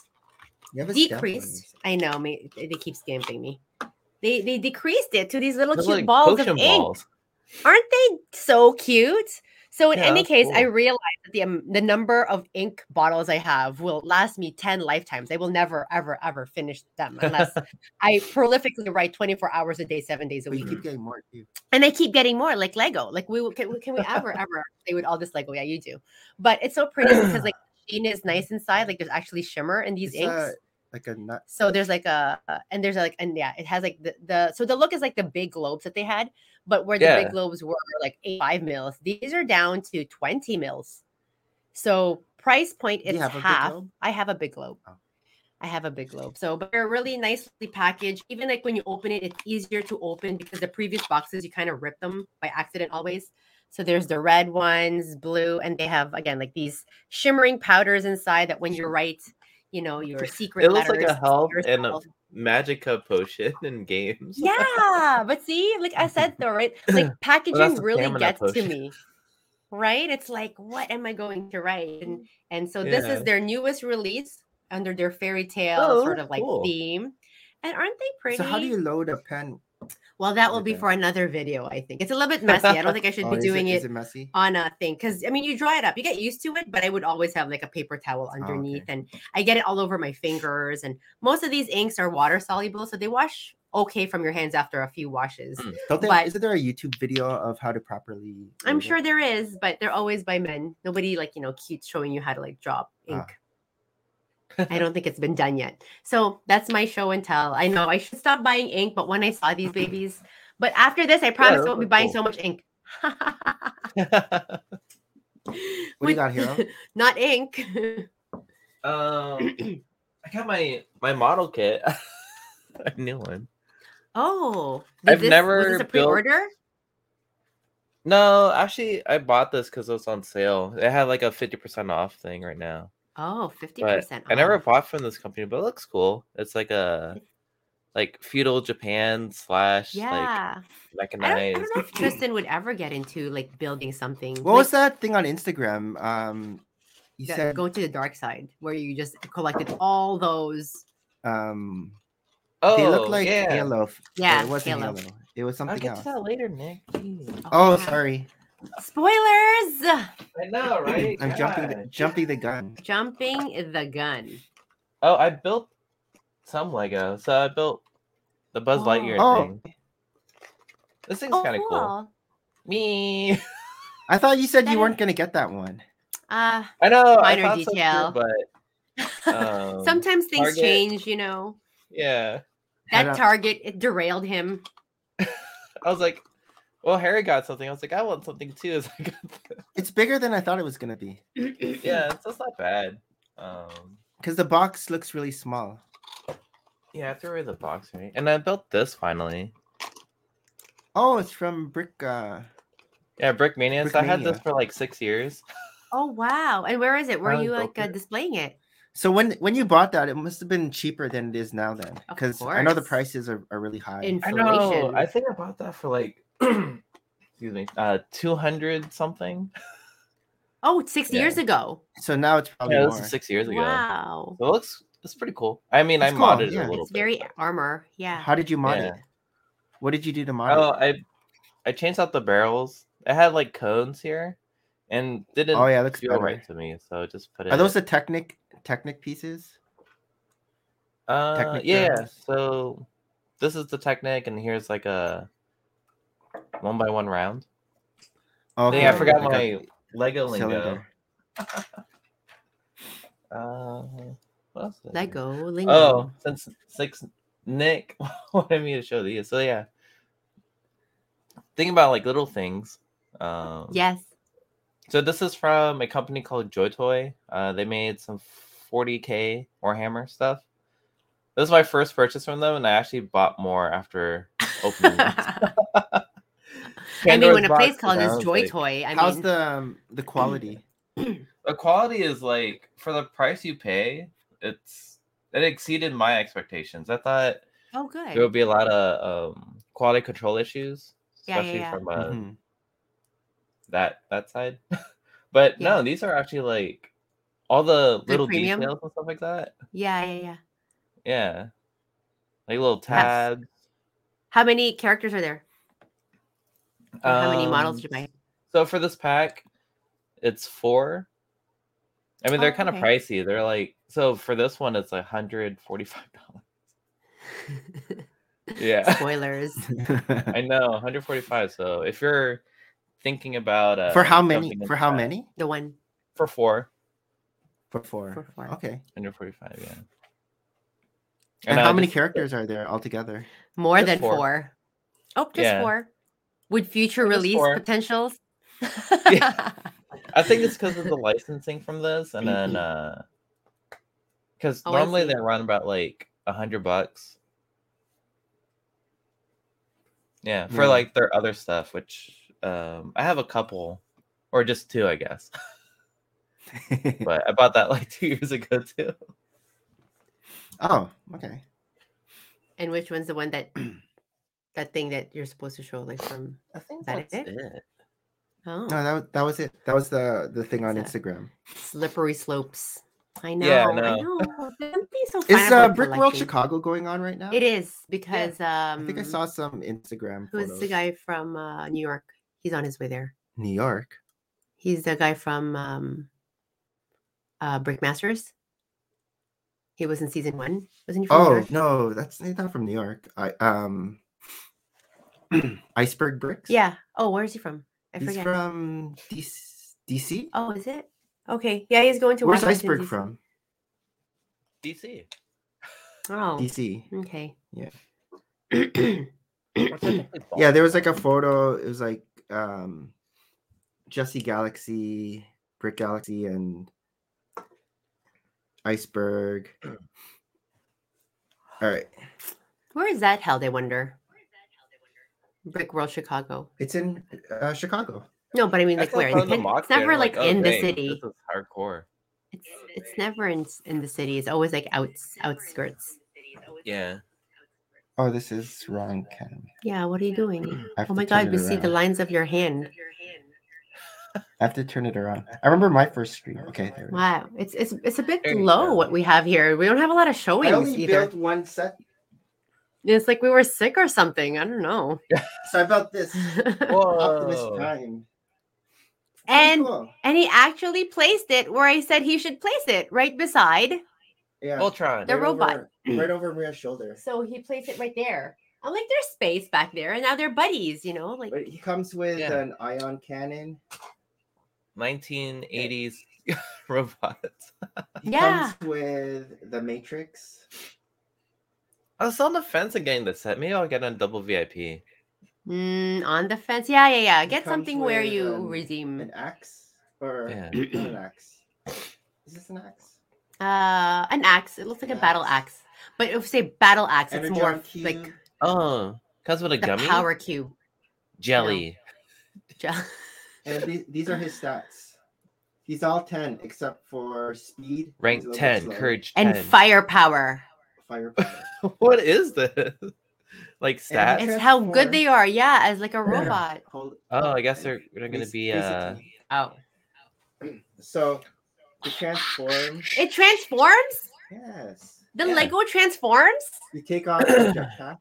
Speaker 1: You have a stamp on
Speaker 2: decreased.
Speaker 1: yours.
Speaker 2: I know, me they they keep stamping me. They they decreased it to these little
Speaker 3: They're
Speaker 2: cute balls of
Speaker 3: potion
Speaker 2: ink aren't they so cute? So in
Speaker 3: Yeah,
Speaker 2: any
Speaker 3: that's
Speaker 2: case, I
Speaker 3: cool.
Speaker 2: realized that the um, the number of ink bottles I have will last me ten lifetimes. I will never, ever, ever finish them unless I prolifically write twenty four hours a day, seven days a
Speaker 1: But you
Speaker 2: week,
Speaker 3: Mm-hmm.
Speaker 1: keep getting more too.
Speaker 2: and I keep getting more, like Lego. Like we will- can, can we ever, ever play with all this Lego? Yeah, you do. But it's so pretty because like sheen is nice inside. Like there's actually shimmer in these
Speaker 1: It's
Speaker 2: inks.
Speaker 1: uh, like a nut.
Speaker 2: So there's like a a- and there's like and yeah, it has like the, the so the look is like the big globes that they had, but where the
Speaker 3: Yeah.
Speaker 2: big globes were like eight, five mils, these are down to twenty mils. So price point
Speaker 1: Do you
Speaker 2: it's
Speaker 1: have a big
Speaker 2: half.
Speaker 1: globe?
Speaker 2: I have a big globe.
Speaker 1: Oh.
Speaker 2: I have a big globe. So but they're really nicely packaged. Even like when you open it, it's easier to open because the previous boxes you kind of rip them by accident always. So there's the red ones, blue, and they have again like these shimmering powders inside that when you write, you know, your secret
Speaker 3: It looks like a
Speaker 2: letters
Speaker 3: help
Speaker 2: yourself.
Speaker 3: and a- Magica potion in games.
Speaker 2: yeah, but see, like I said though, right? Like packaging
Speaker 3: a
Speaker 2: really
Speaker 3: stamina
Speaker 2: gets to
Speaker 3: push.
Speaker 2: me. Right? It's like, what am I going to write? And and so this
Speaker 3: Mm. Yeah.
Speaker 2: is their newest release under their fairy tale
Speaker 3: Oh,
Speaker 2: sort of like
Speaker 3: cool.
Speaker 2: theme. And aren't they pretty?
Speaker 1: So how do you load a pen?
Speaker 2: well, that will be
Speaker 1: Okay.
Speaker 2: for another video, I think. It's a little bit messy. I don't think I should
Speaker 1: Oh,
Speaker 2: be
Speaker 1: is
Speaker 2: doing
Speaker 1: it,
Speaker 2: it,
Speaker 1: is it messy?
Speaker 2: on a thing because I mean you dry it up, you get used to it, but I would always have like a paper towel
Speaker 1: Oh, okay.
Speaker 2: underneath, and I get it all over my fingers. And most of these inks are water soluble, so they wash okay from your hands after a few washes.
Speaker 3: Mm.
Speaker 1: Don't they,
Speaker 2: but-
Speaker 1: isn't there a YouTube video of how to properly?
Speaker 2: I'm
Speaker 1: load it?
Speaker 2: sure there is, but they're always by men. Nobody like you know keeps showing you how to like drop
Speaker 1: Ah.
Speaker 2: ink. I don't think it's been done yet. So that's my show and tell. I know I should stop buying ink, but when I saw these babies, but after this, I promise I
Speaker 3: those
Speaker 2: won't be
Speaker 3: are
Speaker 2: buying
Speaker 3: cool.
Speaker 2: so much ink.
Speaker 1: What do you got, Hero?
Speaker 2: Not ink.
Speaker 3: um, I got my my model kit. a new one.
Speaker 2: Oh,
Speaker 3: I've
Speaker 2: this-
Speaker 3: never
Speaker 2: Was this a
Speaker 3: built-
Speaker 2: pre-order?
Speaker 3: No, actually, I bought this because it was on sale. It had like a fifty percent off thing right now.
Speaker 2: Oh, 50
Speaker 3: But
Speaker 2: percent.
Speaker 3: I never bought from this company, but it looks cool. It's like a like feudal Japan slash
Speaker 2: Yeah,
Speaker 3: like
Speaker 2: I, don't, I
Speaker 3: mechanized.
Speaker 2: don't know if Tristan would ever get into like building something.
Speaker 1: What was
Speaker 2: like,
Speaker 1: that thing on Instagram? Um, you
Speaker 2: that-
Speaker 1: said
Speaker 2: go to the dark side where you just collected all those.
Speaker 1: um,
Speaker 3: Oh,
Speaker 1: they look like
Speaker 3: yeah.
Speaker 1: Halo. f- but
Speaker 2: Yeah,
Speaker 1: it wasn't
Speaker 2: Halo.
Speaker 1: Halo. It was
Speaker 3: I'll
Speaker 1: something
Speaker 3: get
Speaker 1: else.
Speaker 3: to that later, Nick.
Speaker 1: Oh,
Speaker 2: crap.
Speaker 1: sorry.
Speaker 2: Spoilers!
Speaker 3: I know, right?
Speaker 1: I'm jumping the,
Speaker 3: God.
Speaker 1: jumping the gun.
Speaker 2: Jumping the gun.
Speaker 3: Oh, I built some Lego. So I built the Buzz
Speaker 2: Oh.
Speaker 3: Lightyear
Speaker 1: Oh.
Speaker 3: thing. This thing's
Speaker 2: oh,
Speaker 3: kind of cool.
Speaker 2: cool.
Speaker 3: Me.
Speaker 1: I thought you said
Speaker 2: That
Speaker 1: you
Speaker 2: is-
Speaker 1: weren't gonna get that one.
Speaker 2: Uh,
Speaker 3: I know.
Speaker 2: Minor
Speaker 3: I thought so too,
Speaker 2: detail.
Speaker 3: but um,
Speaker 2: sometimes things
Speaker 3: Target.
Speaker 2: change, you know.
Speaker 3: yeah,
Speaker 1: Head
Speaker 2: That
Speaker 1: up.
Speaker 2: target it derailed him.
Speaker 3: I was like, well, Harry got something. I was like, I want something too. It's like,
Speaker 1: It's bigger than I thought it was gonna be
Speaker 3: yeah, it's, it's not bad. Um,
Speaker 1: because the box looks really small.
Speaker 3: yeah, I threw away the box, right? And I built this finally.
Speaker 1: Oh, it's from Brick. Uh,
Speaker 3: Yeah, Brick Mania. So I had this
Speaker 1: Brickmania.
Speaker 3: for like six years.
Speaker 2: Oh wow! And where is it? Where are
Speaker 3: I
Speaker 2: you
Speaker 3: built
Speaker 2: like uh,
Speaker 3: it.
Speaker 2: displaying it?
Speaker 1: so when when you bought that, it must have been cheaper than it is now, then,
Speaker 2: Of
Speaker 1: because I know the
Speaker 2: course.
Speaker 1: prices are, are really high.
Speaker 2: In-
Speaker 3: I
Speaker 2: Inflation.
Speaker 3: know. I think I bought that for like excuse me, uh, two hundred something.
Speaker 2: Oh, it's six
Speaker 3: Yeah.
Speaker 2: years ago.
Speaker 1: So now it's probably
Speaker 3: Yeah,
Speaker 1: more.
Speaker 3: this is six years ago.
Speaker 2: Wow.
Speaker 3: So it looks it's pretty cool. I mean, I
Speaker 1: It's cool,
Speaker 3: modded it
Speaker 1: yeah.
Speaker 3: a little
Speaker 2: It's
Speaker 3: bit.
Speaker 2: very armor. Yeah.
Speaker 1: How did you mod
Speaker 3: Yeah.
Speaker 1: it? What did you do to mod
Speaker 3: Oh,
Speaker 1: it?
Speaker 3: I I changed out the barrels. I had like cones here, and didn't
Speaker 1: Oh yeah, it looks
Speaker 3: feel
Speaker 1: better.
Speaker 3: right to me, so I just put it.
Speaker 1: Are those the Technic Technic pieces?
Speaker 3: uh,
Speaker 1: Technic
Speaker 3: yeah?
Speaker 1: barrels?
Speaker 3: So this is the Technic, and here's like a one by one round.
Speaker 1: Oh,
Speaker 3: Dang, I forgot
Speaker 1: like a
Speaker 3: my Lego lingo.
Speaker 1: cylinder.
Speaker 3: Uh, what else did I do?
Speaker 2: Lego lingo.
Speaker 3: Oh, since six Nick wanted me to show these, so yeah. Think about like little things. Um,
Speaker 2: Yes.
Speaker 3: So this is from a company called Joytoy. Uh, they made some 40k Warhammer stuff. This is my first purchase from them, and I actually bought more after opening. them.
Speaker 2: I mean,
Speaker 3: Pandora's
Speaker 2: when a place
Speaker 3: box,
Speaker 2: called
Speaker 3: I
Speaker 2: this
Speaker 3: was
Speaker 2: Joy
Speaker 3: like-
Speaker 2: Toy, I
Speaker 1: How's
Speaker 2: mean,
Speaker 1: the um, the quality?
Speaker 3: the quality is like for the price you pay, it's it exceeded my expectations. I thought
Speaker 2: oh
Speaker 3: there would
Speaker 2: good.
Speaker 3: be a lot of um, quality control issues,
Speaker 2: Yeah, yeah,
Speaker 3: especially
Speaker 2: yeah.
Speaker 3: from uh,
Speaker 1: Mhm.
Speaker 3: that that side. but
Speaker 2: Yeah.
Speaker 3: no, these are actually like all the little
Speaker 2: premium?
Speaker 3: details and stuff like that.
Speaker 2: Yeah, yeah, yeah.
Speaker 3: Yeah. Like little
Speaker 2: That's-
Speaker 3: tabs.
Speaker 2: How many characters are there? Or how many models
Speaker 3: Um,
Speaker 2: did you buy?
Speaker 3: So for this pack, it's four. I mean, they're
Speaker 2: Oh,
Speaker 3: kind of
Speaker 2: okay.
Speaker 3: pricey. They're like, so for this one, it's a $145. Yeah.
Speaker 2: Spoilers.
Speaker 1: Mm-hmm.
Speaker 3: I know, 145 So if you're thinking about. Uh,
Speaker 1: for how many?
Speaker 3: jumping
Speaker 1: For
Speaker 3: into
Speaker 1: how
Speaker 3: that-
Speaker 1: many?
Speaker 2: the one
Speaker 3: For four.
Speaker 1: For four.
Speaker 2: For four.
Speaker 1: Okay.
Speaker 3: 145 yeah. And,
Speaker 1: And,
Speaker 3: I
Speaker 1: how many
Speaker 3: just-
Speaker 1: characters are there altogether?
Speaker 2: more
Speaker 3: Just
Speaker 2: than
Speaker 3: four.
Speaker 2: four. Oh, just
Speaker 3: Yeah.
Speaker 2: four. Would future
Speaker 3: Just
Speaker 2: release
Speaker 3: four.
Speaker 2: potentials?
Speaker 3: Yeah. I think it's because of the licensing from this, and then because
Speaker 2: Oh, I
Speaker 3: normally
Speaker 2: see.
Speaker 3: they run about like a hundred bucks. Yeah, for
Speaker 1: Yeah.
Speaker 3: like their other stuff, which um I have a couple, or just two, I guess. But I bought that like two years ago too.
Speaker 1: oh, okay.
Speaker 2: And which one's the one that that thing that you're supposed to show like from
Speaker 3: I think
Speaker 2: That that's oh
Speaker 3: Uh,
Speaker 1: No, that, wa- that was it. That was the the thing on
Speaker 2: That's
Speaker 1: Instagram.
Speaker 2: slippery slopes. I know,
Speaker 3: Yeah,
Speaker 2: I
Speaker 3: no.
Speaker 2: know. Don't be so fine
Speaker 1: Is uh,
Speaker 2: about
Speaker 1: Brick World
Speaker 2: collecting.
Speaker 1: Chicago going on right now?
Speaker 2: It is because um
Speaker 1: I think I saw some Instagram.
Speaker 2: who's the
Speaker 1: photos.
Speaker 2: guy from uh, New York? He's on his way there.
Speaker 1: New York.
Speaker 2: He's the guy from um uh Brick Masters. He was in season one, wasn't he? From New
Speaker 1: Oh
Speaker 2: York?
Speaker 1: no, that's he's not from New York. I um, Iceberg Bricks.
Speaker 2: yeah. Oh, where is he from? I
Speaker 1: he's
Speaker 2: forget.
Speaker 1: from DC. DC?
Speaker 2: Oh, is it? Okay. Yeah, he's going to
Speaker 1: Where's
Speaker 2: Washington,
Speaker 1: Iceberg
Speaker 2: DC.
Speaker 1: from?
Speaker 3: DC.
Speaker 2: Oh,
Speaker 1: DC.
Speaker 2: okay.
Speaker 1: Yeah.
Speaker 3: Or technically
Speaker 1: Yeah, there was like
Speaker 3: Baltimore.
Speaker 1: a photo. It was like um, Jesse Galaxy, Brick Galaxy, and Iceberg. All right,
Speaker 2: Where is that held? I wonder. Brick World Chicago.
Speaker 1: it's in uh, Chicago.
Speaker 2: No, but I mean,
Speaker 3: I
Speaker 2: like
Speaker 3: thought
Speaker 2: where?
Speaker 3: from
Speaker 2: It's,
Speaker 3: the
Speaker 2: in-
Speaker 3: mock
Speaker 2: it's never
Speaker 3: there,
Speaker 2: like,
Speaker 3: oh,
Speaker 2: in the
Speaker 3: dang,
Speaker 2: city.
Speaker 3: This is hardcore.
Speaker 2: It's it's never in s- in the city. It's always like outs outskirts.
Speaker 3: Yeah.
Speaker 1: Oh, this is wrong. Ken.
Speaker 2: Yeah. What are you doing?
Speaker 1: I have to
Speaker 2: Oh my
Speaker 1: turn
Speaker 2: God!
Speaker 1: it
Speaker 2: We see the
Speaker 1: around.
Speaker 2: lines of your hand.
Speaker 1: I have to turn it around. I remember my first screen. Okay, there. it is.
Speaker 2: Wow, it's it's it's a bit
Speaker 3: There you
Speaker 2: low
Speaker 3: go.
Speaker 2: what we have here. We don't have a lot of
Speaker 1: I
Speaker 2: showings
Speaker 1: only
Speaker 2: either.
Speaker 1: built one set,
Speaker 2: It's like we were sick or something. I don't know.
Speaker 1: so I built this Optimus
Speaker 3: Whoa.
Speaker 1: Prime. It's pretty
Speaker 2: Oh. and
Speaker 1: cool.
Speaker 2: and he actually placed it where I said he should place it, right beside.
Speaker 1: yeah,
Speaker 3: Voltron.
Speaker 2: the robot.
Speaker 1: over- right over Maria's shoulder.
Speaker 2: So he placed it right there. I'm like, there's space back there, and now they're buddies. You know, like
Speaker 1: But he comes with
Speaker 3: Yeah.
Speaker 1: an ion cannon.
Speaker 3: 1980s robots.
Speaker 1: He
Speaker 2: Yeah.
Speaker 1: comes with the Matrix.
Speaker 3: I was on the fence of getting the set. Maybe I'll get on double VIP.
Speaker 2: mm, on the fence. Yeah, yeah, yeah.
Speaker 1: It
Speaker 2: Get
Speaker 1: comes
Speaker 2: something where
Speaker 1: with,
Speaker 2: you
Speaker 1: um, An
Speaker 2: redeem.
Speaker 1: axe or
Speaker 3: Yeah.
Speaker 1: not an axe? Is this an axe?
Speaker 2: Uh, an axe. It looks like a battle
Speaker 1: Axe.
Speaker 2: axe, but if you say battle axe, it's
Speaker 1: Energon
Speaker 2: more of,
Speaker 1: cube.
Speaker 2: like
Speaker 3: Oh, comes with a
Speaker 2: the
Speaker 3: gummy
Speaker 2: power cube.
Speaker 3: jelly.
Speaker 2: Ja-
Speaker 1: and these, these are his stats. He's all ten except for speed, he's a
Speaker 3: Rank
Speaker 1: little bit
Speaker 3: 10,
Speaker 1: slow,
Speaker 3: courage 10.
Speaker 2: and firepower.
Speaker 1: firepower.
Speaker 3: what is this? like stats?
Speaker 2: It's how good they are, yeah, as like a
Speaker 1: Yeah.
Speaker 2: robot.
Speaker 1: Hold-
Speaker 3: Oh, I guess they're, they're gonna be uh
Speaker 1: Basically.
Speaker 2: Oh,
Speaker 1: so to transform.
Speaker 2: it transforms.
Speaker 1: Yes.
Speaker 2: The
Speaker 1: Yeah.
Speaker 2: Lego transforms.
Speaker 1: You take off the jetpack.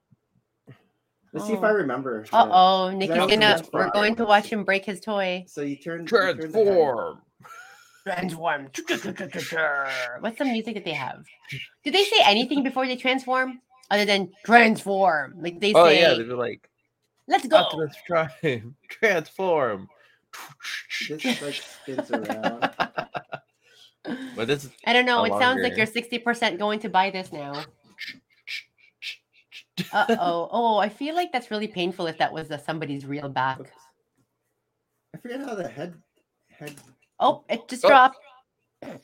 Speaker 1: Let's see if I
Speaker 2: Oh.
Speaker 1: remember.
Speaker 2: Uh oh, Nikki's
Speaker 1: don't think
Speaker 2: gonna.
Speaker 1: it's
Speaker 2: We're
Speaker 1: fine.
Speaker 2: going to watch him break his toy.
Speaker 1: So you turn. you turn the head.
Speaker 3: transform.
Speaker 2: Transform. What's the music that they have? Do they say anything before they transform, other than transform? Like they
Speaker 3: Oh
Speaker 2: say,
Speaker 3: yeah, they'd be like
Speaker 2: "Let's go."
Speaker 3: Optimus Prime, transform.
Speaker 1: This like spins around.
Speaker 3: But this is
Speaker 2: I don't know.
Speaker 3: a
Speaker 2: It sounds like
Speaker 3: longer-
Speaker 2: you're sixty percent going to buy this now. Uh oh. Oh, I feel like that's really painful if that was uh, somebody's real back.
Speaker 1: Oops. I forget how the head. Head.
Speaker 2: Oh, it just
Speaker 3: Oh.
Speaker 2: dropped.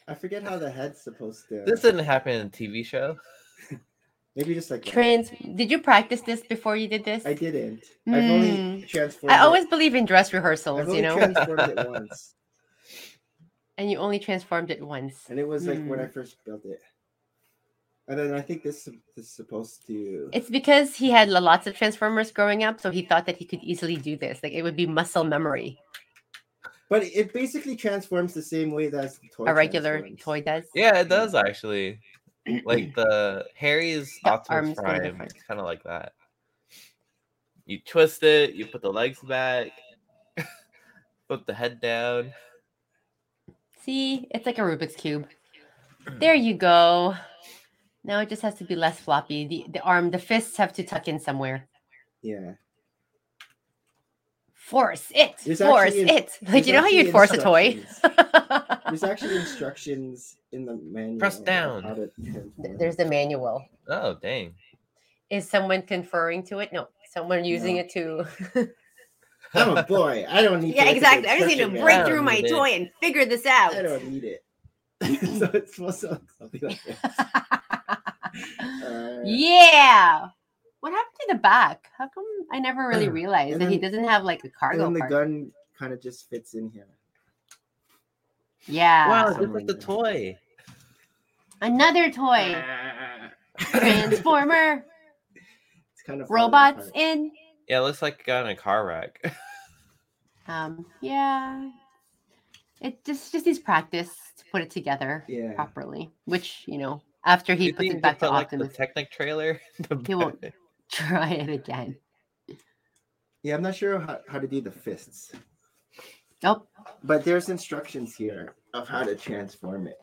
Speaker 1: I forget how the head's supposed to.
Speaker 3: this didn't happen in a TV show.
Speaker 1: maybe just like. that.
Speaker 2: Trans. Did you practice this before you did this?
Speaker 1: I didn't. I've only
Speaker 2: Mm.
Speaker 1: transformed.
Speaker 2: I
Speaker 1: it-
Speaker 2: always believe in dress
Speaker 1: I've
Speaker 2: rehearsals,
Speaker 1: only
Speaker 2: you know,
Speaker 1: transformed it once,
Speaker 2: and you only transformed it once.
Speaker 1: and it was like when
Speaker 2: Mm.
Speaker 1: I first built it. And then I think this is supposed to.
Speaker 2: It's because he had lo- lots of Transformers growing up, so he thought that he could easily do this. Like it would be muscle memory,
Speaker 1: But it basically transforms the same way that the toy
Speaker 2: a regular
Speaker 1: transforms.
Speaker 2: toy does.
Speaker 3: Yeah, it does actually. Like the Harry's
Speaker 2: The
Speaker 3: Optimus
Speaker 2: arms go
Speaker 3: Prime,
Speaker 2: different.
Speaker 3: kind of like that. You twist it, you put the legs back, put the head down.
Speaker 2: See, it's like a Rubik's cube. There you go. Now it just has to be less floppy. The the arm, the fists have to tuck in somewhere.
Speaker 1: Yeah.
Speaker 2: Force it.
Speaker 1: There's
Speaker 2: force
Speaker 1: actually in-
Speaker 2: it. Like
Speaker 1: There's
Speaker 2: you know how
Speaker 1: actually
Speaker 2: you'd force a toy.
Speaker 1: instructions. There's actually instructions in the manual. of
Speaker 3: down.
Speaker 1: how to transform.
Speaker 2: There's the manual.
Speaker 3: Oh dang!
Speaker 2: Is someone conferring to it? No, someone using it to.
Speaker 1: I'm a Oh, boy. I don't need. to
Speaker 2: Yeah,
Speaker 1: look at the
Speaker 2: exactly. I just need to
Speaker 1: instruction manual.
Speaker 2: break
Speaker 3: man.
Speaker 2: through my
Speaker 3: Yeah.
Speaker 2: toy and figure this out.
Speaker 1: I don't need it. so it's supposed to look something like that. Uh,
Speaker 2: yeah. What happened to the back? How come I never really realized
Speaker 1: And
Speaker 2: that he
Speaker 1: then-
Speaker 2: doesn't have like a
Speaker 1: and
Speaker 2: cargo
Speaker 1: then the
Speaker 2: part?
Speaker 1: gun kind of just fits in here.
Speaker 2: Yeah.
Speaker 3: Wow,
Speaker 1: something
Speaker 3: just like the
Speaker 1: like that.
Speaker 3: toy.
Speaker 2: Another toy. Transformer.
Speaker 1: It's kind of falling
Speaker 2: robots
Speaker 1: apart.
Speaker 2: in.
Speaker 3: Yeah, it looks like it got in a car wreck.
Speaker 2: Um, yeah. It just just needs practice to put it together
Speaker 1: Yeah.
Speaker 2: properly. Which, you know, after he
Speaker 3: You
Speaker 2: puts
Speaker 3: think
Speaker 2: it back
Speaker 3: they
Speaker 2: to
Speaker 3: put, like the
Speaker 2: Optimus,
Speaker 3: Technic trailer. in the
Speaker 2: He won't.
Speaker 3: back?
Speaker 2: try it again.
Speaker 1: Yeah, I'm not sure how, how to do the fists,
Speaker 2: Nope.
Speaker 1: but there's instructions here of how to transform it.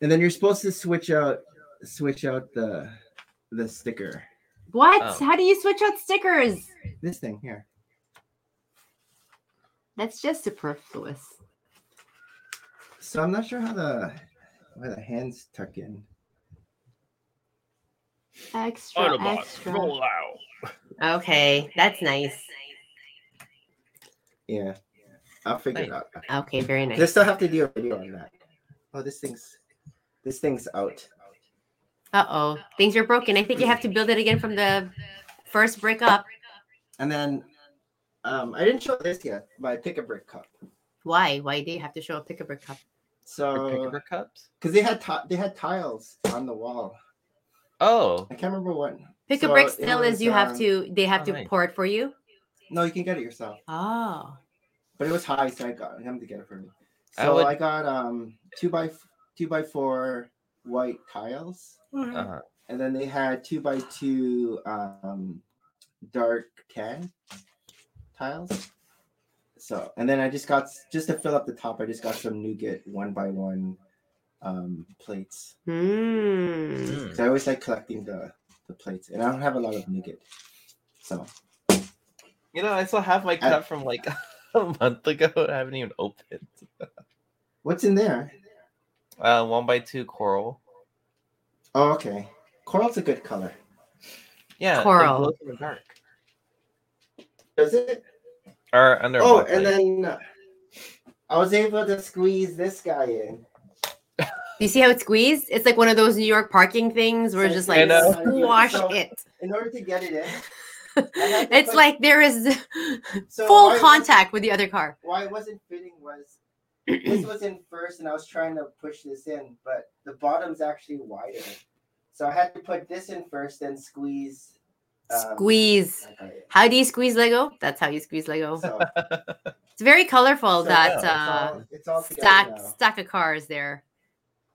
Speaker 1: And then you're supposed to switch out switch out the the sticker.
Speaker 2: What?
Speaker 3: Oh.
Speaker 2: How do you switch out stickers?
Speaker 1: This thing here.
Speaker 2: That's just superfluous.
Speaker 1: So I'm not sure how the where the hands tuck in.
Speaker 2: Extra, extra. Okay, that's nice.
Speaker 1: Yeah. I'll figure it
Speaker 3: Nice.
Speaker 1: out.
Speaker 2: Okay, very nice.
Speaker 1: They still have to do a video on that. Oh, this thing's this thing's out.
Speaker 2: Uh oh, things are broken. I think you have to build it again from the first brick up.
Speaker 1: And then um I didn't show this yet, my pick a brick cup.
Speaker 2: Why? Why do you have to show a pick a brick cup?
Speaker 3: Or
Speaker 1: So
Speaker 3: paper cups.
Speaker 1: because they had ti- they had tiles on the wall.
Speaker 3: Oh,
Speaker 1: I can't remember what.
Speaker 2: Pick a
Speaker 1: So
Speaker 2: brick
Speaker 1: it
Speaker 2: still is
Speaker 1: was,
Speaker 2: you have
Speaker 1: um,
Speaker 2: to. They have
Speaker 3: oh,
Speaker 2: to
Speaker 3: nice.
Speaker 2: pour it for you.
Speaker 1: No, you can get it yourself.
Speaker 2: Oh,
Speaker 1: But it was high, so I got him to get it for me.
Speaker 3: I
Speaker 1: So I,
Speaker 3: would-
Speaker 1: got um two by f- two by four white tiles,
Speaker 3: uh-huh.
Speaker 1: and then they had two by two um dark tan tiles. So and then I just got s- just to fill up the top. I just got some nougat one by one um plates.
Speaker 2: Hmm.
Speaker 3: Mm.
Speaker 1: So I always like collecting the the plates, and I don't have a lot of nougat. So
Speaker 3: you know, I still have my cup from like a month ago. and I haven't even opened. it.
Speaker 1: what's in there?
Speaker 3: Uh, one by two coral.
Speaker 1: Oh, okay. Coral's a good color.
Speaker 3: Yeah, it
Speaker 2: Coral.
Speaker 3: glows in the dark.
Speaker 1: Does it?
Speaker 3: Or under.
Speaker 1: Oh,
Speaker 3: black
Speaker 1: and
Speaker 3: light.
Speaker 1: then uh, I was able to squeeze this guy in.
Speaker 2: Do you see how it squeezed? It's like one of those New York parking things where it's just like
Speaker 3: I know.
Speaker 2: squash
Speaker 1: uh, So-
Speaker 2: it.
Speaker 1: In order to get it in, I had to
Speaker 2: It's
Speaker 1: put-
Speaker 2: like there is
Speaker 1: so why
Speaker 2: full
Speaker 1: it
Speaker 2: contact with the other car.
Speaker 1: wasn't- Why it wasn't fitting was this was in first, and I was trying to push this in, but the bottom's actually wider. So I had to put this in first, then squeeze. um,
Speaker 2: Squeeze.
Speaker 1: like a-
Speaker 2: How do you squeeze Lego? That's how you squeeze Lego.
Speaker 1: so-
Speaker 2: It's very colorful.
Speaker 1: so
Speaker 2: Oh, that
Speaker 1: it's
Speaker 2: uh,
Speaker 1: all- it's all together
Speaker 2: stack
Speaker 1: now.
Speaker 2: stack of cars there.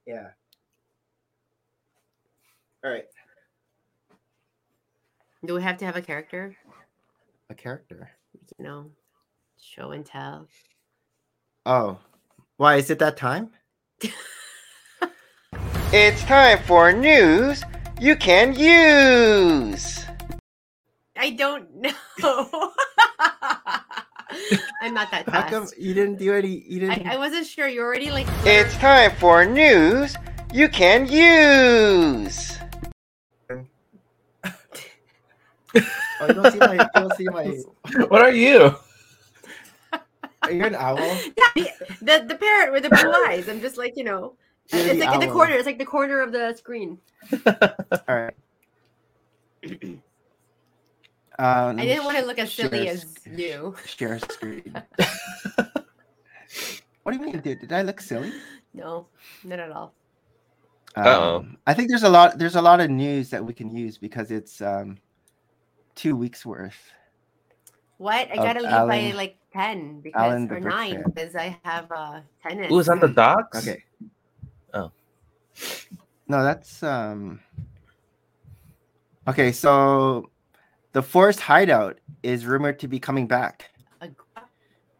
Speaker 1: Yeah. All right.
Speaker 2: Do we have to have a character?
Speaker 1: A character.
Speaker 2: You know, show and tell.
Speaker 1: Oh, why is it that time?
Speaker 5: It's time for news you can use.
Speaker 2: I don't know. I'm not that
Speaker 1: How come
Speaker 2: fast.
Speaker 1: you didn't do any? You didn't.
Speaker 2: I, I wasn't sure. You're already like.
Speaker 5: It's time for news you can use.
Speaker 1: oh, you don't see my. You don't see my.
Speaker 3: What are you?
Speaker 1: You're an owl.
Speaker 2: the, the the parrot with the blue eyes. I'm just like you know.
Speaker 1: You're
Speaker 2: It's
Speaker 1: the
Speaker 2: like in the
Speaker 1: owl.
Speaker 2: corner. It's like the corner of the screen.
Speaker 1: All right. Uh, Um,
Speaker 2: I didn't want to look as silly
Speaker 1: share
Speaker 2: as
Speaker 1: sc-
Speaker 2: you.
Speaker 1: Share screen. what do you mean, dude? Did I look silly?
Speaker 2: No, not at all.
Speaker 3: Uh-oh.
Speaker 1: Um, I think there's a lot. There's a lot of news that we can use because it's um, two weeks worth.
Speaker 2: What? I
Speaker 1: Of
Speaker 2: gotta leave by
Speaker 1: Alan-
Speaker 2: like ten because
Speaker 1: Alan the
Speaker 2: or
Speaker 1: Brick
Speaker 2: nine
Speaker 1: Fan.
Speaker 2: because I have uh tennis.
Speaker 3: Ooh, is that the docs?
Speaker 1: Okay.
Speaker 3: Oh.
Speaker 1: No, that's um. Okay, so the forest hideout is rumored to be coming back
Speaker 2: A-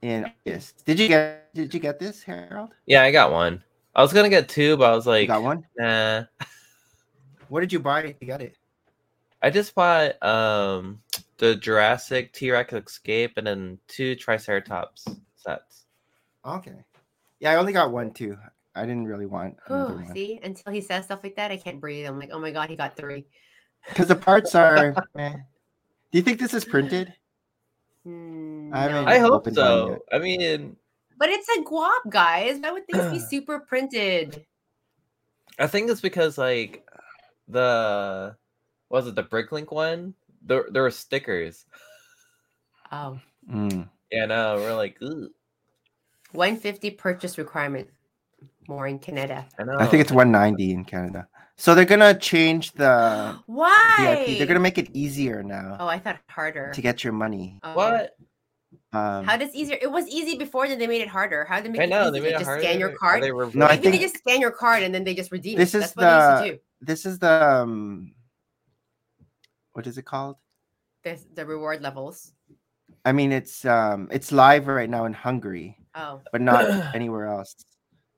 Speaker 1: in August. Did you get? Did you get this, Harold?
Speaker 3: Yeah, I got one. I was gonna get two, but I was
Speaker 1: you
Speaker 3: like,
Speaker 1: got one.
Speaker 3: nah.
Speaker 1: What did you buy? You got it.
Speaker 3: I just bought um the Jurassic T Rex Escape and then two Triceratops sets.
Speaker 1: Okay. Yeah, I only got one too. I didn't really want another
Speaker 2: Ooh,
Speaker 1: one
Speaker 2: Oh, see, until he says stuff like that, I can't breathe. I'm like, oh my god, he got three.
Speaker 1: because the parts are. meh. Do you think this is printed?
Speaker 2: Mm,
Speaker 1: I
Speaker 2: no.
Speaker 1: mean-
Speaker 3: I hope
Speaker 1: Open one
Speaker 3: so. I mean,
Speaker 2: but it's a guap, guys. Why would things be super printed?
Speaker 3: I think it's because like the what was it the Bricklink one? There there were stickers.
Speaker 2: Oh.
Speaker 1: Mm.
Speaker 3: Yeah, no, we're like, ooh,
Speaker 2: 150 purchase requirement. More in Canada.
Speaker 3: I know.
Speaker 1: I think it's 190 in Canada. So they're gonna change the
Speaker 2: Why?
Speaker 1: VIP. They're gonna make it easier now
Speaker 2: Oh, I thought harder.
Speaker 1: to get your money.
Speaker 2: Oh.
Speaker 3: what?
Speaker 1: Um,
Speaker 2: How does easier? It was easy before, then they made it harder. How did they make
Speaker 3: I
Speaker 2: it
Speaker 3: know
Speaker 2: easy?
Speaker 3: they
Speaker 2: They
Speaker 3: made it
Speaker 2: just
Speaker 3: harder.
Speaker 2: scan your
Speaker 3: Are
Speaker 2: card.
Speaker 3: they
Speaker 1: No, I
Speaker 2: Maybe
Speaker 3: reversing
Speaker 2: they
Speaker 1: think-
Speaker 2: just scan your card and then they just redeem
Speaker 1: This
Speaker 2: it.
Speaker 1: is
Speaker 2: That's what they used to do.
Speaker 1: this is the um, what is it called?
Speaker 2: The, the reward levels.
Speaker 1: I mean, it's um, it's live right now in Hungary,
Speaker 2: Oh,
Speaker 1: but not anywhere else.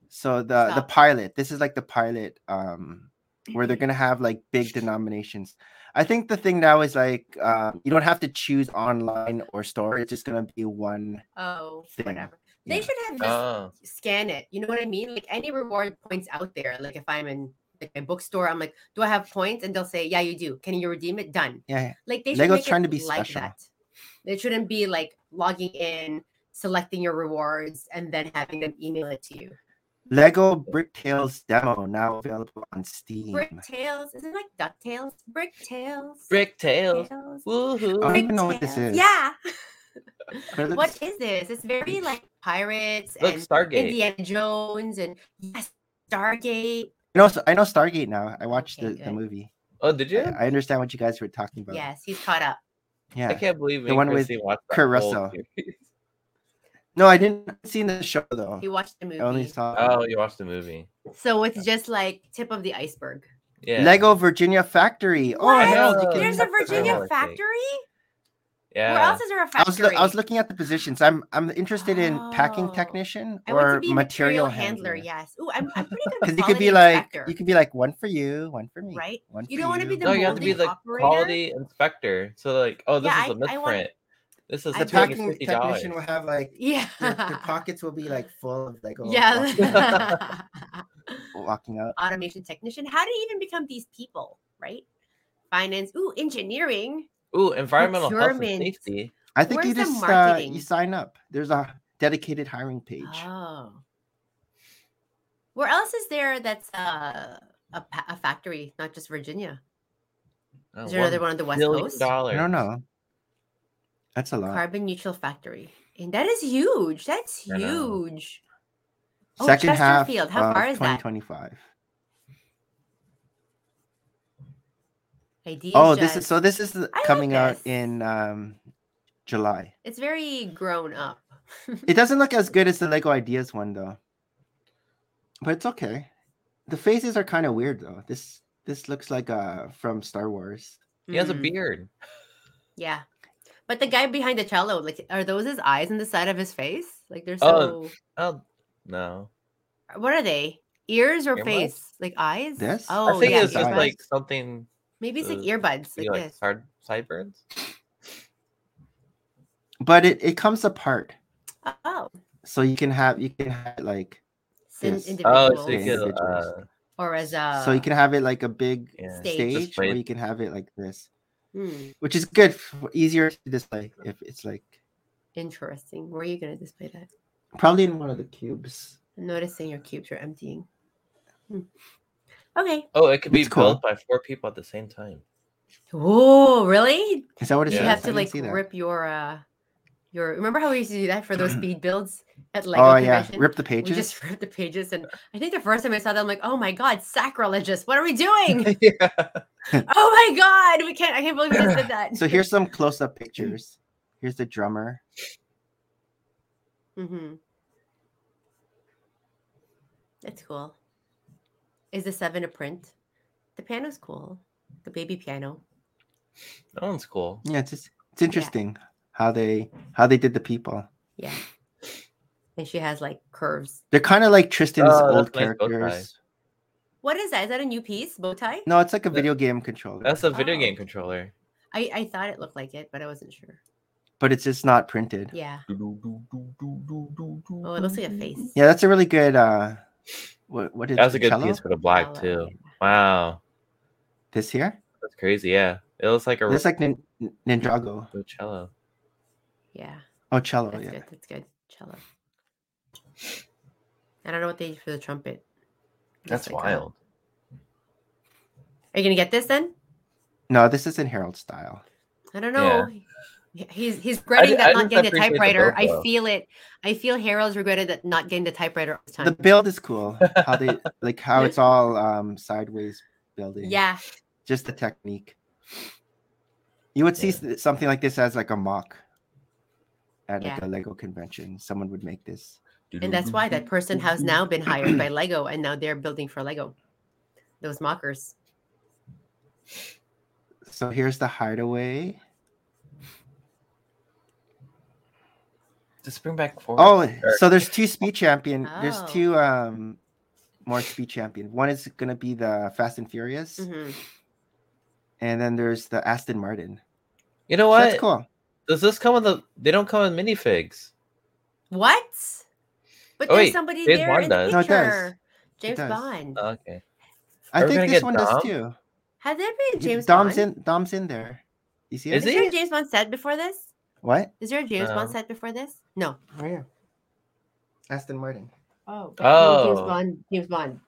Speaker 1: So the the
Speaker 2: Stop. Mm-hmm.
Speaker 1: pilot. This is like the pilot um, where they're gonna have like big denominations. I think the thing now is like um, you don't have to choose online or store. It's just gonna be one.
Speaker 2: oh,
Speaker 1: Thing,
Speaker 2: whatever. They
Speaker 1: yeah.
Speaker 2: should have just
Speaker 3: Oh,
Speaker 2: scan it. You know what I mean? Like any reward points out there. Like if I'm in like a bookstore, I'm like, do I have points? And they'll say, yeah, you do. Can you redeem it? Done.
Speaker 1: Yeah,
Speaker 2: Like they should
Speaker 1: Lego's
Speaker 2: make
Speaker 1: trying
Speaker 2: it
Speaker 1: to be
Speaker 2: like
Speaker 1: special.
Speaker 2: that. It shouldn't be like logging in, selecting your rewards, and then having them email it to you.
Speaker 1: Lego Brick Tales demo now available on Steam.
Speaker 2: Brick Tales, isn't it like Ducktales? Brick Tales.
Speaker 3: brick tails.
Speaker 2: Tales.
Speaker 1: I don't
Speaker 3: Woohoo!
Speaker 2: Brick
Speaker 1: even know what this
Speaker 2: Tales.
Speaker 1: is.
Speaker 2: Yeah.
Speaker 1: But it
Speaker 2: what
Speaker 1: looks-
Speaker 2: is this? It's very like pirates
Speaker 3: Look,
Speaker 2: and
Speaker 3: Stargate.
Speaker 2: Indiana Jones and yes, Stargate.
Speaker 1: I know, I know Stargate now. I watched
Speaker 2: Okay,
Speaker 1: the, the
Speaker 2: good.
Speaker 1: movie.
Speaker 3: Oh, did you?
Speaker 1: I- I, understand what you guys were talking about.
Speaker 2: Yes, he's caught up.
Speaker 1: Yeah.
Speaker 3: I can't believe
Speaker 1: The
Speaker 3: me and
Speaker 1: one with
Speaker 3: Christine watched that
Speaker 1: Kurt
Speaker 3: whole
Speaker 1: Russell.
Speaker 3: series.
Speaker 1: No, I didn't see the show though.
Speaker 2: He watched the
Speaker 1: I
Speaker 2: movie.
Speaker 1: only saw
Speaker 3: Oh, you watched the movie?
Speaker 2: So it's just like tip of the iceberg.
Speaker 3: Yeah.
Speaker 1: Lego Virginia Factory. Oh,
Speaker 2: What?
Speaker 1: Harold, you
Speaker 3: Oh,
Speaker 1: can-
Speaker 2: There's a
Speaker 3: that's the
Speaker 2: Virginia
Speaker 3: real estate.
Speaker 2: factory?
Speaker 3: Yeah.
Speaker 2: Where else is there a
Speaker 1: I was,
Speaker 2: factory?
Speaker 1: loo- I was looking at the positions. I'm I'm interested in packing
Speaker 2: Oh.
Speaker 1: technician
Speaker 2: I want
Speaker 1: or
Speaker 2: to be a
Speaker 1: material, handler.
Speaker 2: Yes. Ooh, I'm, I'm pretty good.
Speaker 1: Because
Speaker 2: Because
Speaker 1: you could be like you could be like one for you, one for me,
Speaker 2: right?
Speaker 1: One
Speaker 2: You
Speaker 1: for
Speaker 2: don't wanna be the
Speaker 3: no, you have to be
Speaker 2: molding
Speaker 3: the
Speaker 2: operator?
Speaker 3: quality inspector. So like, oh, this
Speaker 2: Yeah,
Speaker 3: is
Speaker 2: I-
Speaker 3: a
Speaker 2: I
Speaker 3: misprint.
Speaker 2: want-
Speaker 3: this is
Speaker 2: I
Speaker 1: The
Speaker 2: want-
Speaker 1: packing
Speaker 3: fifty dollars.
Speaker 1: technician will have like
Speaker 2: Yeah.
Speaker 1: their, their pockets will be like full of Lego. walking-
Speaker 2: yeah.
Speaker 1: walking out.
Speaker 2: Automation technician. How do you even become these people, right? Finance. Ooh, engineering.
Speaker 3: Ooh, environmental health and
Speaker 2: Procurement.
Speaker 3: safety.
Speaker 1: I think you
Speaker 2: Where's the
Speaker 1: just uh,
Speaker 2: marketing?
Speaker 1: you sign up. There's a dedicated hiring page.
Speaker 2: Oh. Where else is there that's uh, a, pa- a factory, not just Virginia?
Speaker 3: Oh,
Speaker 2: Is there another one on the West Coast?
Speaker 1: I
Speaker 3: Dollars.
Speaker 1: don't know. That's a lot.
Speaker 2: Carbon neutral factory. And that is huge. That's
Speaker 3: I know.
Speaker 2: huge. oh,
Speaker 1: Second half
Speaker 2: Chesterfield. How
Speaker 1: of
Speaker 2: far is that?
Speaker 1: 2025.
Speaker 2: Ideas
Speaker 1: Oh, this
Speaker 2: Jazz.
Speaker 1: is so. This is the-
Speaker 2: I like
Speaker 1: coming out
Speaker 2: this.
Speaker 1: in um, July.
Speaker 2: It's very grown up.
Speaker 1: It doesn't look as good as the Lego Ideas one though, but it's okay. The faces are kind of weird though. This this looks like uh from Star Wars.
Speaker 3: He has a
Speaker 2: Mm,
Speaker 3: beard.
Speaker 2: Yeah. But the guy behind the cello, like, are those his eyes on the side of his face? Like, they're so.
Speaker 3: Oh. Oh no. Oh.
Speaker 2: What are they? Ears or
Speaker 3: Earmuffs?
Speaker 2: face? Like eyes?
Speaker 1: This? I
Speaker 2: Oh,
Speaker 3: I think
Speaker 2: yeah.
Speaker 3: it's just
Speaker 2: earbuds.
Speaker 1: earbuds.
Speaker 3: like something
Speaker 2: Maybe it's like
Speaker 3: uh,
Speaker 2: earbuds,
Speaker 3: be
Speaker 2: like,
Speaker 3: like
Speaker 2: this.
Speaker 3: side sideburns.
Speaker 1: But it it comes apart,
Speaker 2: Oh,
Speaker 1: so you can have you can have it like
Speaker 2: it's an
Speaker 1: Yes.
Speaker 2: individual.
Speaker 3: Oh, so you
Speaker 1: Individuals.
Speaker 3: could uh,
Speaker 2: or as a.
Speaker 1: so you can have it like a big
Speaker 3: yeah.
Speaker 2: Stage.
Speaker 1: stage, or
Speaker 3: Displayed.
Speaker 1: you can have it like this,
Speaker 2: Hmm,
Speaker 1: which is good, for, easier to display if it's like
Speaker 2: interesting. Where are you going to display that?
Speaker 1: probably in one of the cubes.
Speaker 2: I'm noticing your cubes are emptying. Hmm. Okay.
Speaker 3: Oh, it could be
Speaker 1: It's cool.
Speaker 3: built by four people at the same time.
Speaker 2: Oh, really?
Speaker 1: Is that what it
Speaker 3: Yeah.
Speaker 2: You
Speaker 1: says?
Speaker 2: have
Speaker 1: I
Speaker 2: to
Speaker 1: didn't
Speaker 2: like
Speaker 1: see that.
Speaker 2: rip your uh your remember how we used to do that for those speed builds at Lego
Speaker 1: oh yeah,
Speaker 2: convention?
Speaker 1: rip the
Speaker 2: we
Speaker 1: pages.
Speaker 2: just ripped the pages and I think the first time I saw that I'm like, oh my god, sacrilegious. What are we doing?
Speaker 3: yeah.
Speaker 2: oh my god, we can't I can't believe we just did that.
Speaker 1: So here's some close-up pictures. Here's the drummer.
Speaker 2: mm-hmm. That's cool. Is the seven a print? The piano's cool. The baby piano.
Speaker 3: That one's cool.
Speaker 1: Yeah, it's just, it's interesting how they how they did the people.
Speaker 2: Yeah. And she has like curves.
Speaker 1: They're kind of like Tristan's
Speaker 3: Oh,
Speaker 1: old
Speaker 3: that's a nice bow tie.
Speaker 1: characters.
Speaker 2: What is that? Is that a new piece? Bow tie?
Speaker 1: No, it's like a
Speaker 3: That-
Speaker 1: video game controller,
Speaker 3: That's a video
Speaker 2: Oh.
Speaker 3: game controller.
Speaker 2: I, I thought it looked like it, but I wasn't sure.
Speaker 1: but it's just not printed. Yeah.
Speaker 2: Yeah.
Speaker 3: Oh,
Speaker 2: Oh, it looks like a face.
Speaker 1: that's a really good. uh What what is
Speaker 3: That was a good
Speaker 1: cello?
Speaker 3: piece for the black
Speaker 2: Hello,
Speaker 3: too.
Speaker 2: yeah.
Speaker 3: Wow,
Speaker 1: This here,
Speaker 3: that's crazy. Yeah, it looks like a
Speaker 1: it's like nin- Ninjago.
Speaker 3: real cello.
Speaker 2: Yeah.
Speaker 1: Oh, cello.
Speaker 2: That's
Speaker 1: yeah,
Speaker 2: good. That's good. Cello. I don't know what they did for the trumpet.
Speaker 3: That's
Speaker 2: like, uh,
Speaker 3: wild.
Speaker 2: Are you gonna get this then?
Speaker 1: no, this isn't Harold style.
Speaker 2: I don't
Speaker 3: Yeah.
Speaker 2: know. He- He's he's regretting that
Speaker 3: I
Speaker 2: not
Speaker 3: just
Speaker 2: getting the
Speaker 3: appreciate the
Speaker 2: typewriter. I
Speaker 3: build, though.
Speaker 2: feel it. I feel Harold's regretted that not getting the typewriter all the
Speaker 1: The
Speaker 2: time.
Speaker 1: build is cool. How they like how it's all um sideways building.
Speaker 2: yeah.
Speaker 1: just the technique. You would see
Speaker 3: Yeah.
Speaker 1: s- something like this as like a mock at like a
Speaker 2: Yeah.
Speaker 1: Lego convention. Someone would make this.
Speaker 2: And that's why that person has now been hired by Lego and now they're building for Lego. Those mockers.
Speaker 1: So here's the hideaway.
Speaker 3: Just bring back four.
Speaker 1: Oh,
Speaker 3: Or-
Speaker 1: so there's two speed champion. There's
Speaker 2: Oh.
Speaker 1: two um more speed champion. One is gonna be the Fast and Furious,
Speaker 2: hmm
Speaker 1: and then there's the Aston Martin.
Speaker 3: you know
Speaker 1: So
Speaker 3: what?
Speaker 1: that's cool.
Speaker 3: Does this come with the? They don't come with minifigs.
Speaker 2: What? But
Speaker 3: Oh,
Speaker 2: there's
Speaker 3: wait,
Speaker 2: somebody
Speaker 3: James
Speaker 2: there
Speaker 3: Bond
Speaker 2: in the
Speaker 3: does.
Speaker 1: No, it does.
Speaker 2: picture. James
Speaker 1: does.
Speaker 2: Bond.
Speaker 3: Oh, okay.
Speaker 1: I
Speaker 3: Are we
Speaker 1: think
Speaker 3: gonna
Speaker 1: this
Speaker 3: get
Speaker 1: one
Speaker 3: Dom?
Speaker 1: does too.
Speaker 2: Has there been a
Speaker 1: Y-
Speaker 2: James
Speaker 1: Dom's
Speaker 2: Bond?
Speaker 1: in. Dom's in there. You see
Speaker 3: Is
Speaker 1: it?
Speaker 2: Is there
Speaker 3: he?
Speaker 2: a James Bond set before this?
Speaker 1: What?
Speaker 2: Is there a James Bond
Speaker 3: No.
Speaker 2: set before this? No.
Speaker 1: Oh yeah. Aston Martin.
Speaker 2: Oh. James
Speaker 3: Oh.
Speaker 2: Bond. James Bond.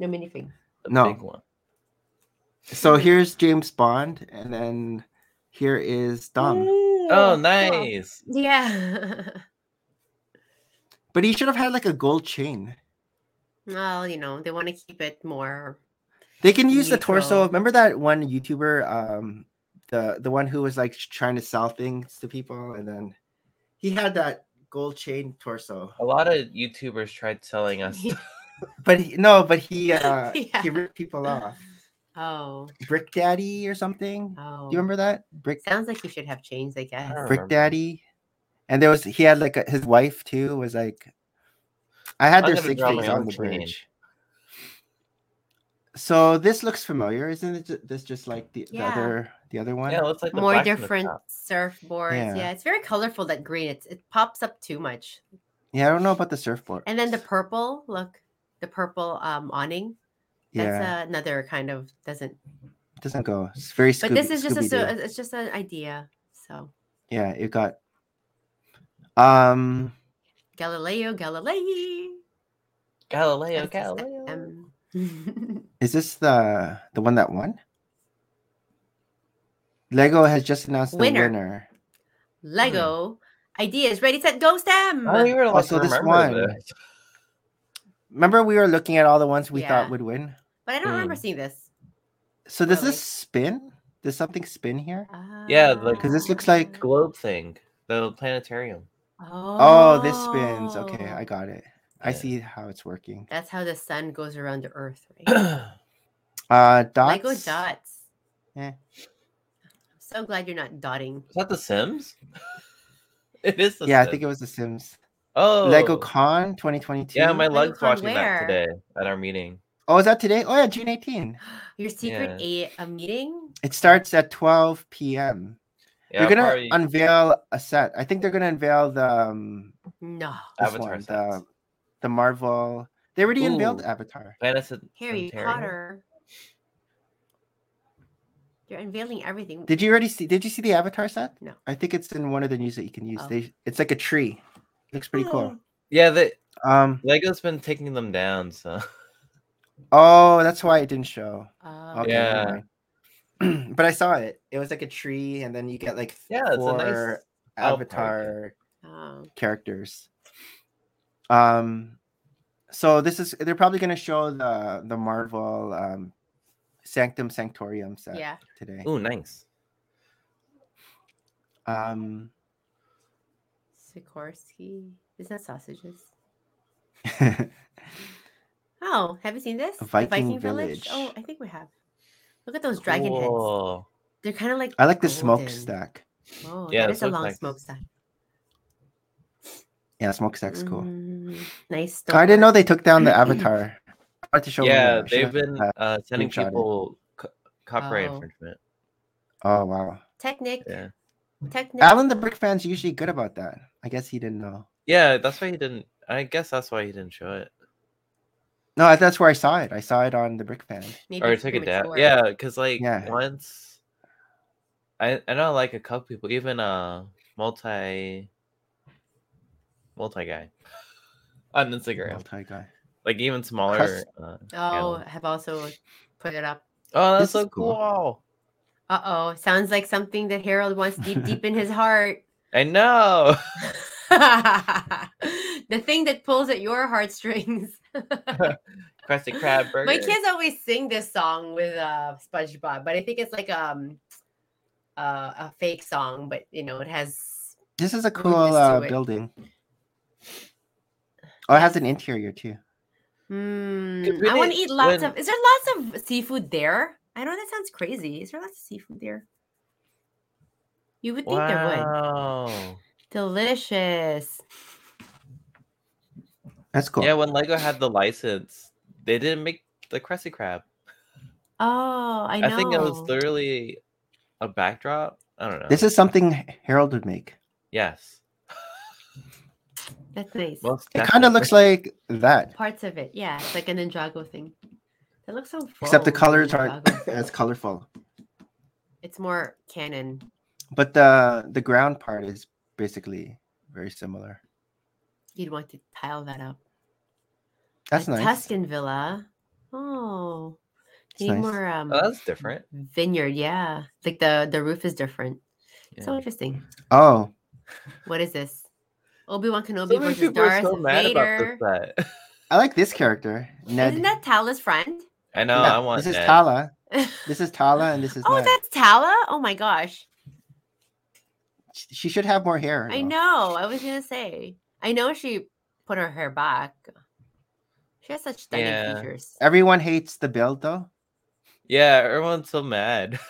Speaker 2: No minifig.
Speaker 3: The
Speaker 1: No.
Speaker 3: big one.
Speaker 1: So here's James Bond, and then here is Dom.
Speaker 3: Oh, nice.
Speaker 2: Yeah.
Speaker 1: But he should have had like a gold chain.
Speaker 2: well, you know, they want to keep it more.
Speaker 1: They can use the torso.
Speaker 2: Neutral.
Speaker 1: Remember that one YouTuber, um, the the one who was like sh- trying to sell things to people, and then he had that gold chain torso.
Speaker 3: A lot of YouTubers tried selling us.
Speaker 1: But he, no, but he uh,
Speaker 2: Yeah.
Speaker 1: he ripped people off.
Speaker 2: oh.
Speaker 1: Brick Daddy or something.
Speaker 2: Oh.
Speaker 1: Do you remember that Brick
Speaker 2: Sounds like you should have changed, I guess.
Speaker 3: don't
Speaker 1: Brick
Speaker 3: remember.
Speaker 1: Daddy? And there was he had like a, his wife too was like, I had their
Speaker 3: I'm gonna
Speaker 1: six
Speaker 3: draw my
Speaker 1: days
Speaker 3: own
Speaker 1: on the
Speaker 3: chain.
Speaker 1: bridge. So this looks familiar, isn't it? ju- This just like the,
Speaker 2: Yeah.
Speaker 1: the other the other one.
Speaker 3: Yeah, it looks like the
Speaker 2: More
Speaker 3: black from the
Speaker 2: different
Speaker 3: top.
Speaker 2: surfboards.
Speaker 1: Yeah.
Speaker 2: Yeah. it's very colorful that green. It's it pops up too much.
Speaker 1: Yeah, I don't know about the surfboard.
Speaker 2: And then the purple, look, the purple um awning. That's
Speaker 1: yeah,
Speaker 2: uh, another kind of doesn't
Speaker 1: it doesn't go. It's very. Scooby,
Speaker 2: but this is just a, so- uh,
Speaker 1: Scooby-Doo.
Speaker 2: it's just an idea. So
Speaker 1: yeah, it got. Um,
Speaker 2: Galileo Galilei.
Speaker 3: Galileo, Galileo.
Speaker 2: FM.
Speaker 1: is this the the one that won? Lego has just announced the
Speaker 2: Winner.
Speaker 1: winner.
Speaker 2: Lego ideas ready set go STEM.
Speaker 3: Oh, you were like,
Speaker 1: so this
Speaker 3: remember
Speaker 1: one-
Speaker 3: this.
Speaker 1: Remember, we were looking at all the ones we
Speaker 2: Yeah.
Speaker 1: thought would win.
Speaker 2: But I don't remember
Speaker 3: Mm.
Speaker 2: seeing this.
Speaker 1: So does
Speaker 2: Really?
Speaker 1: this spin? Does something spin here?
Speaker 3: Yeah, the-
Speaker 1: Because this looks like-
Speaker 3: Globe thing, the planetarium.
Speaker 1: Oh, this spins. Okay, I
Speaker 2: Ah. Oh.
Speaker 1: got it. I
Speaker 3: Yeah.
Speaker 1: see how it's working.
Speaker 2: That's how the sun goes around the earth, right?
Speaker 3: I
Speaker 1: Uh, dots.
Speaker 2: Lego dots.
Speaker 1: Eh.
Speaker 2: I'm so glad you're not dotting.
Speaker 3: Is that The Sims? it is The
Speaker 1: yeah, I
Speaker 3: Sims.
Speaker 1: think it was The Sims.
Speaker 3: Oh,
Speaker 1: Lego Con 2022.
Speaker 3: Yeah, my
Speaker 2: Lego
Speaker 3: legs
Speaker 2: Con
Speaker 3: watching that
Speaker 2: where?
Speaker 3: today at our meeting.
Speaker 1: Oh, is that today? Oh yeah, June 18.
Speaker 2: Your secret a, a meeting?
Speaker 1: It starts at 12 p.m.
Speaker 3: Yeah,
Speaker 1: they're
Speaker 3: I'll
Speaker 1: gonna
Speaker 3: probably-
Speaker 1: unveil a set. I think they're gonna unveil the um,
Speaker 2: No.
Speaker 1: this
Speaker 3: Avatar
Speaker 1: one,
Speaker 3: sets.
Speaker 1: the, the Marvel. They already unveiled
Speaker 3: Ooh.
Speaker 1: Avatar.
Speaker 3: Planet
Speaker 2: Harry
Speaker 3: Planetarium?
Speaker 2: Potter. They're unveiling everything.
Speaker 1: Did you already see? Did you see the Avatar set?
Speaker 2: No.
Speaker 1: I think it's in one of the news that you can use.
Speaker 2: Oh.
Speaker 1: They, it's like a tree. looks pretty cool.
Speaker 3: Yeah, they,
Speaker 2: Oh.
Speaker 1: Um.
Speaker 3: Lego's been taking them down. So
Speaker 1: Oh, that's why it didn't show.
Speaker 2: Oh,
Speaker 1: Okay.
Speaker 3: Yeah.
Speaker 1: never mind. but I saw it. It was like a tree, and then you get like
Speaker 3: yeah, it's a
Speaker 1: four
Speaker 3: nice. out party.
Speaker 1: Avatar
Speaker 2: oh.
Speaker 1: characters. Um, so this is they're probably going to show the the Marvel um, Sanctum Sanctorium set
Speaker 2: Yeah.
Speaker 1: today.
Speaker 3: Ooh, nice.
Speaker 1: Um,
Speaker 2: Sikorsky. Is that sausages? Oh, have you seen this? The
Speaker 1: Viking Village.
Speaker 2: Oh, I think we have. Look at those dragon heads.
Speaker 3: Cool.
Speaker 2: They're kind of like.
Speaker 1: I like the
Speaker 2: golden.
Speaker 1: smokestack.
Speaker 2: Oh,
Speaker 3: Yeah,
Speaker 2: that
Speaker 3: it
Speaker 2: is a
Speaker 3: looks
Speaker 2: long
Speaker 3: nice.
Speaker 2: smokestack.
Speaker 1: Yeah, smokestack's cool.
Speaker 2: Mm, nice.
Speaker 1: I didn't know they took down the Avatar. I wanted to show.
Speaker 3: Yeah,
Speaker 1: Luna. She
Speaker 3: they've
Speaker 1: has
Speaker 3: been
Speaker 1: that.
Speaker 3: uh, sending
Speaker 1: screenshot it.
Speaker 3: people co- copyright
Speaker 2: Oh.
Speaker 3: infringement.
Speaker 1: Oh wow,
Speaker 2: Technic.
Speaker 3: Yeah,
Speaker 2: Technic.
Speaker 1: Alan the Brick fan's usually good about that. I guess he didn't know.
Speaker 3: yeah, that's why he didn't. I guess that's why he didn't show it
Speaker 1: No, that's where I saw it. I saw it on the Brick fan.
Speaker 2: Maybe
Speaker 3: or
Speaker 2: it's
Speaker 3: took it down.
Speaker 2: premature.
Speaker 3: Yeah, because like
Speaker 1: Yeah.
Speaker 3: once, I I know like a couple people, even uh multi multi guy on Instagram,
Speaker 1: Multi guy.
Speaker 3: like even smaller.
Speaker 1: Cus-
Speaker 3: uh,
Speaker 2: Oh,
Speaker 3: channels.
Speaker 2: have also put it up.
Speaker 1: this
Speaker 3: oh, that's
Speaker 1: is
Speaker 3: so
Speaker 1: cool.
Speaker 3: cool.
Speaker 2: Uh oh, sounds like something that Harold wants deep, deep in his heart.
Speaker 3: I know.
Speaker 2: the thing that pulls at your heartstrings.
Speaker 3: Krusty Krab burger.
Speaker 2: My kids always sing this song with uh SpongeBob, but I think it's like um uh, a fake song, but you know it has
Speaker 1: This is a
Speaker 2: We'll
Speaker 1: cool
Speaker 2: just do
Speaker 1: uh,
Speaker 2: it.
Speaker 1: building. Oh, it has an interior too.
Speaker 2: Hmm,
Speaker 3: when
Speaker 2: I want
Speaker 3: it-
Speaker 2: to eat lots
Speaker 3: when-
Speaker 2: of. Is there lots of seafood there? I know that sounds crazy. Is there lots of seafood there? You would think there would.
Speaker 3: Wow.
Speaker 2: Delicious.
Speaker 1: That's cool.
Speaker 3: Yeah, when Lego had the license, they didn't make the Krusty Krab.
Speaker 2: Oh, I
Speaker 3: I,
Speaker 2: know.
Speaker 3: think it was literally a backdrop. I don't know.
Speaker 1: This is something H- Harold would make.
Speaker 3: yes.
Speaker 2: That's nice.
Speaker 3: Most
Speaker 1: It kind of
Speaker 3: definitely.
Speaker 1: looks like that,
Speaker 2: Parts of it, yeah. It's like an Ninjago thing. That looks so.
Speaker 1: except the
Speaker 2: bold,
Speaker 1: colors aren't
Speaker 2: Ninjago.
Speaker 1: as colorful.
Speaker 2: it's more canon.
Speaker 1: But the the ground part is basically very similar.
Speaker 2: You'd want to tile that up.
Speaker 1: That's
Speaker 2: a
Speaker 1: nice.
Speaker 2: Tuscan villa. Oh,
Speaker 1: It's
Speaker 2: need
Speaker 1: nice.
Speaker 2: more um
Speaker 3: Oh, that's different.
Speaker 2: vineyard. Yeah, like the the roof is different. So
Speaker 3: Yeah.
Speaker 2: interesting.
Speaker 1: Oh,
Speaker 2: What is this? Obi Wan Kenobi
Speaker 3: So many
Speaker 2: versus
Speaker 3: people are
Speaker 2: Darth
Speaker 3: so mad
Speaker 2: Vader.
Speaker 3: about this set.
Speaker 1: I like this character, Ned.
Speaker 2: Isn't that Tala's friend?
Speaker 3: I know.
Speaker 1: Yeah,
Speaker 3: I want
Speaker 1: this is
Speaker 3: Ned.
Speaker 1: Tala.
Speaker 2: oh,
Speaker 1: This is Tala, and this is Ned.
Speaker 2: that's Tala. Oh my gosh,
Speaker 1: Sh- She should have more hair.
Speaker 2: I
Speaker 1: though.
Speaker 2: know. I was gonna say. I know she put her hair back. She has such stunning
Speaker 3: Yeah.
Speaker 2: features.
Speaker 1: Everyone hates the build though.
Speaker 3: Yeah, everyone's so mad.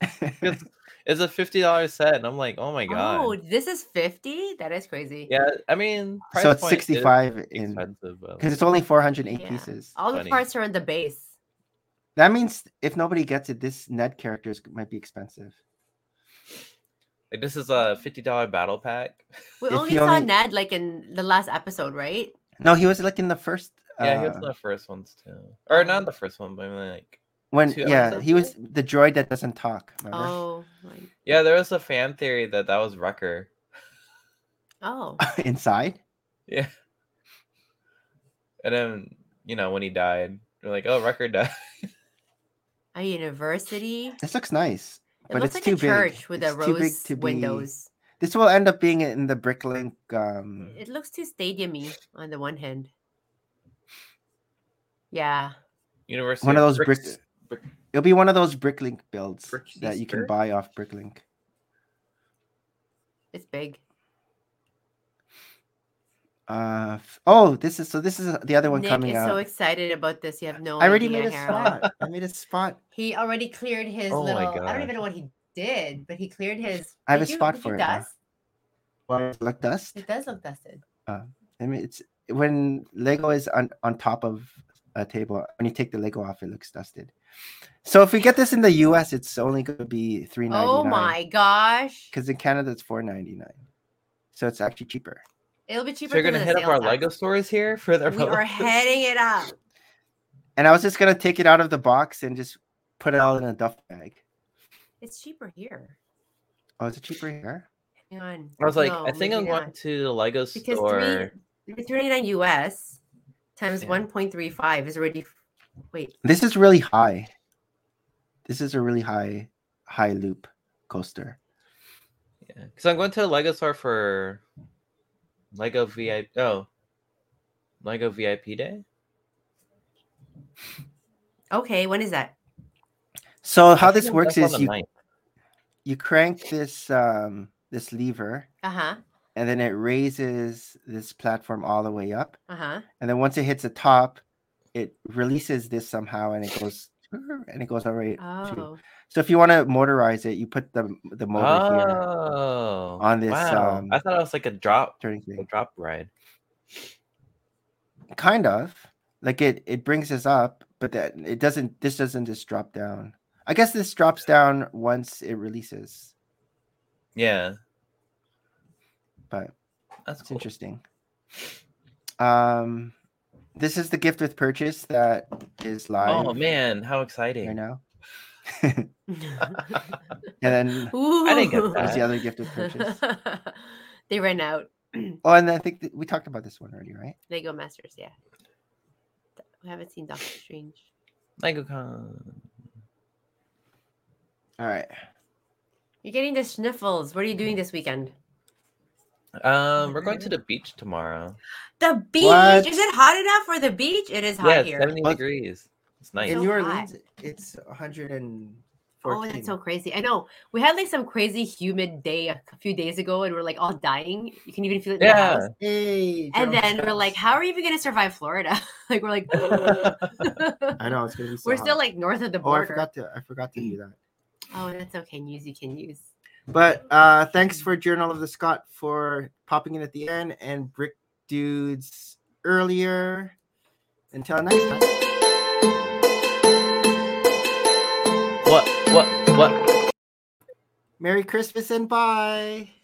Speaker 3: It's a fifty dollars set, and I'm like, oh my god.
Speaker 2: Oh, this is fifty. That is crazy.
Speaker 3: yeah, I mean,
Speaker 1: so
Speaker 3: price
Speaker 1: it's
Speaker 3: point is
Speaker 1: 65 in
Speaker 3: Expensive, but
Speaker 1: because it's only 408
Speaker 2: Yeah.
Speaker 1: pieces.
Speaker 2: All the
Speaker 3: funny.
Speaker 2: parts are on the base.
Speaker 1: That means if nobody gets it, this Ned character is- might be expensive.
Speaker 3: like, this is a fifty dollar battle pack.
Speaker 2: We
Speaker 1: If
Speaker 2: only
Speaker 1: you
Speaker 2: saw
Speaker 1: only-
Speaker 2: Ned like in the last episode, right?
Speaker 1: No, he was like in the first. Uh,
Speaker 3: Yeah, he was in the first ones too, or not the first one, but I mean, like,
Speaker 1: when
Speaker 3: two
Speaker 1: yeah,
Speaker 3: episodes
Speaker 1: he was the droid that doesn't talk. Remember?
Speaker 2: Oh, my.
Speaker 3: yeah, there was a fan theory that that was Wrecker.
Speaker 2: oh,
Speaker 1: Inside.
Speaker 3: Yeah. And then you know when he died, they're like, oh, Wrecker died.
Speaker 2: a university. It
Speaker 1: This looks nice. But it's
Speaker 2: looks like
Speaker 1: too
Speaker 2: a
Speaker 1: big.
Speaker 2: church with a
Speaker 1: It's too big
Speaker 2: rose
Speaker 1: to be-
Speaker 2: windows.
Speaker 1: This will end up being in the Bricklink. Um,
Speaker 2: It looks too stadiumy on the one hand. Yeah,
Speaker 3: University.
Speaker 1: one of those
Speaker 3: Brick-
Speaker 1: bricks.
Speaker 3: brick-
Speaker 1: It'll be one of those Bricklink builds
Speaker 3: Bricklink
Speaker 1: that you can
Speaker 3: Spirit?
Speaker 1: buy off Bricklink.
Speaker 2: It's big.
Speaker 1: Uh, f- oh, this is so. This is the other one
Speaker 2: Nick
Speaker 1: coming
Speaker 2: is
Speaker 1: out.
Speaker 2: so excited about this. You have no
Speaker 1: I already
Speaker 2: idea,
Speaker 1: made a
Speaker 2: Harold.
Speaker 1: spot. I made a spot.
Speaker 2: He already cleared his
Speaker 3: Oh my
Speaker 2: little. I don't
Speaker 3: God.
Speaker 2: even know what he did, but he cleared his.
Speaker 1: I have
Speaker 2: Did
Speaker 1: a
Speaker 2: you-
Speaker 1: spot
Speaker 2: did
Speaker 1: for
Speaker 2: you
Speaker 1: it now.
Speaker 2: dust?
Speaker 1: Like dust.
Speaker 2: It does look dusted.
Speaker 1: I mean, it's when Lego is on, on top of a table. When you take the Lego off, it looks dusted. So if we get this in the U.S., it's only going to be three ninety nine.
Speaker 2: Oh my gosh!
Speaker 1: Because in Canada, it's four ninety nine. So it's actually cheaper.
Speaker 2: It'll be
Speaker 3: So
Speaker 2: cheaper.
Speaker 3: you're
Speaker 2: 'cause
Speaker 3: gonna
Speaker 2: of the
Speaker 3: hit up
Speaker 2: sales
Speaker 3: our
Speaker 2: tax.
Speaker 3: Lego stores here for their.
Speaker 2: We are heading it up.
Speaker 1: And I was just gonna take it out of the box and just put it all in a duff bag.
Speaker 2: It's cheaper here.
Speaker 1: Oh, is it cheaper here?
Speaker 2: Hang on.
Speaker 3: I was like,
Speaker 2: No,
Speaker 3: I think
Speaker 2: maybe
Speaker 3: I'm going
Speaker 2: not.
Speaker 3: to the Lego
Speaker 2: because
Speaker 3: store.
Speaker 2: three three ninety nine US times
Speaker 3: Yeah.
Speaker 2: one point three five is already. f- Wait,
Speaker 1: This is really high. This is a really high, high loop coaster.
Speaker 3: Yeah, because I'm going to a Lego store for Lego VIP. Oh, Lego VIP day.
Speaker 2: okay, when is that?
Speaker 1: So
Speaker 3: I
Speaker 1: how this
Speaker 3: think
Speaker 1: works
Speaker 3: that's
Speaker 1: is
Speaker 3: on the
Speaker 1: you
Speaker 3: 9th.
Speaker 1: you crank this um this lever
Speaker 2: Uh huh.
Speaker 1: and then it raises this platform all the way up.
Speaker 2: Uh huh.
Speaker 1: And then once it hits the top, it releases this somehow and it goes and it goes all right. to-
Speaker 2: Oh,
Speaker 1: So if you want to motorize it, you put the the motor here
Speaker 3: Oh,
Speaker 1: on this,
Speaker 3: Wow.
Speaker 1: um,
Speaker 3: I thought it was like a drop,
Speaker 1: turning
Speaker 3: a
Speaker 1: thing.
Speaker 3: drop ride.
Speaker 1: Kind of. Like it it brings us up, but that it doesn't this doesn't just drop down. I guess this drops down once it releases,
Speaker 3: Yeah,
Speaker 1: but
Speaker 3: that's
Speaker 1: It's
Speaker 3: cool.
Speaker 1: interesting. Um, this is the gift with purchase that is live
Speaker 3: Oh man, how
Speaker 1: right
Speaker 3: exciting!
Speaker 1: now, and then
Speaker 2: Ooh.
Speaker 3: didn't get that.
Speaker 1: what's the other gift with purchase?
Speaker 2: they ran out.
Speaker 1: Oh, and I think that we talked about this one already, right?
Speaker 2: Lego Masters, yeah. Th- We haven't seen Doctor Strange.
Speaker 3: Lego Con.
Speaker 1: All right.
Speaker 2: You're getting the sniffles. What are you doing this weekend?
Speaker 3: Um, we're going to the beach tomorrow.
Speaker 2: The beach.
Speaker 1: What?
Speaker 2: Is it hot enough for the beach? It is hot
Speaker 3: Yeah, it's
Speaker 2: here. Oh,
Speaker 3: 70
Speaker 1: What?
Speaker 3: degrees. It's nice.
Speaker 1: In
Speaker 2: so
Speaker 1: New
Speaker 2: hot.
Speaker 1: Orleans, it's 114.
Speaker 2: Oh, that's so crazy. I know. We had like some crazy humid day a c- few days ago and we're like all dying. You can even feel it. in the house.
Speaker 3: Yeah.
Speaker 1: Hey,
Speaker 2: And
Speaker 1: Jones
Speaker 2: then we're like,
Speaker 1: Jones.
Speaker 2: how are you even going to survive Florida? like, we're like,
Speaker 1: I know it's gonna be. So
Speaker 2: we're still
Speaker 1: hot.
Speaker 2: like north of the
Speaker 1: Oh, I
Speaker 2: border.
Speaker 1: forgot to. I forgot to do that.
Speaker 2: Oh, that's okay. News you can use.
Speaker 1: But uh thanks for Journal of the Scott for popping in at the end and Brick Dudes earlier. Until next time.
Speaker 3: what? What? What?
Speaker 1: Merry Christmas and bye.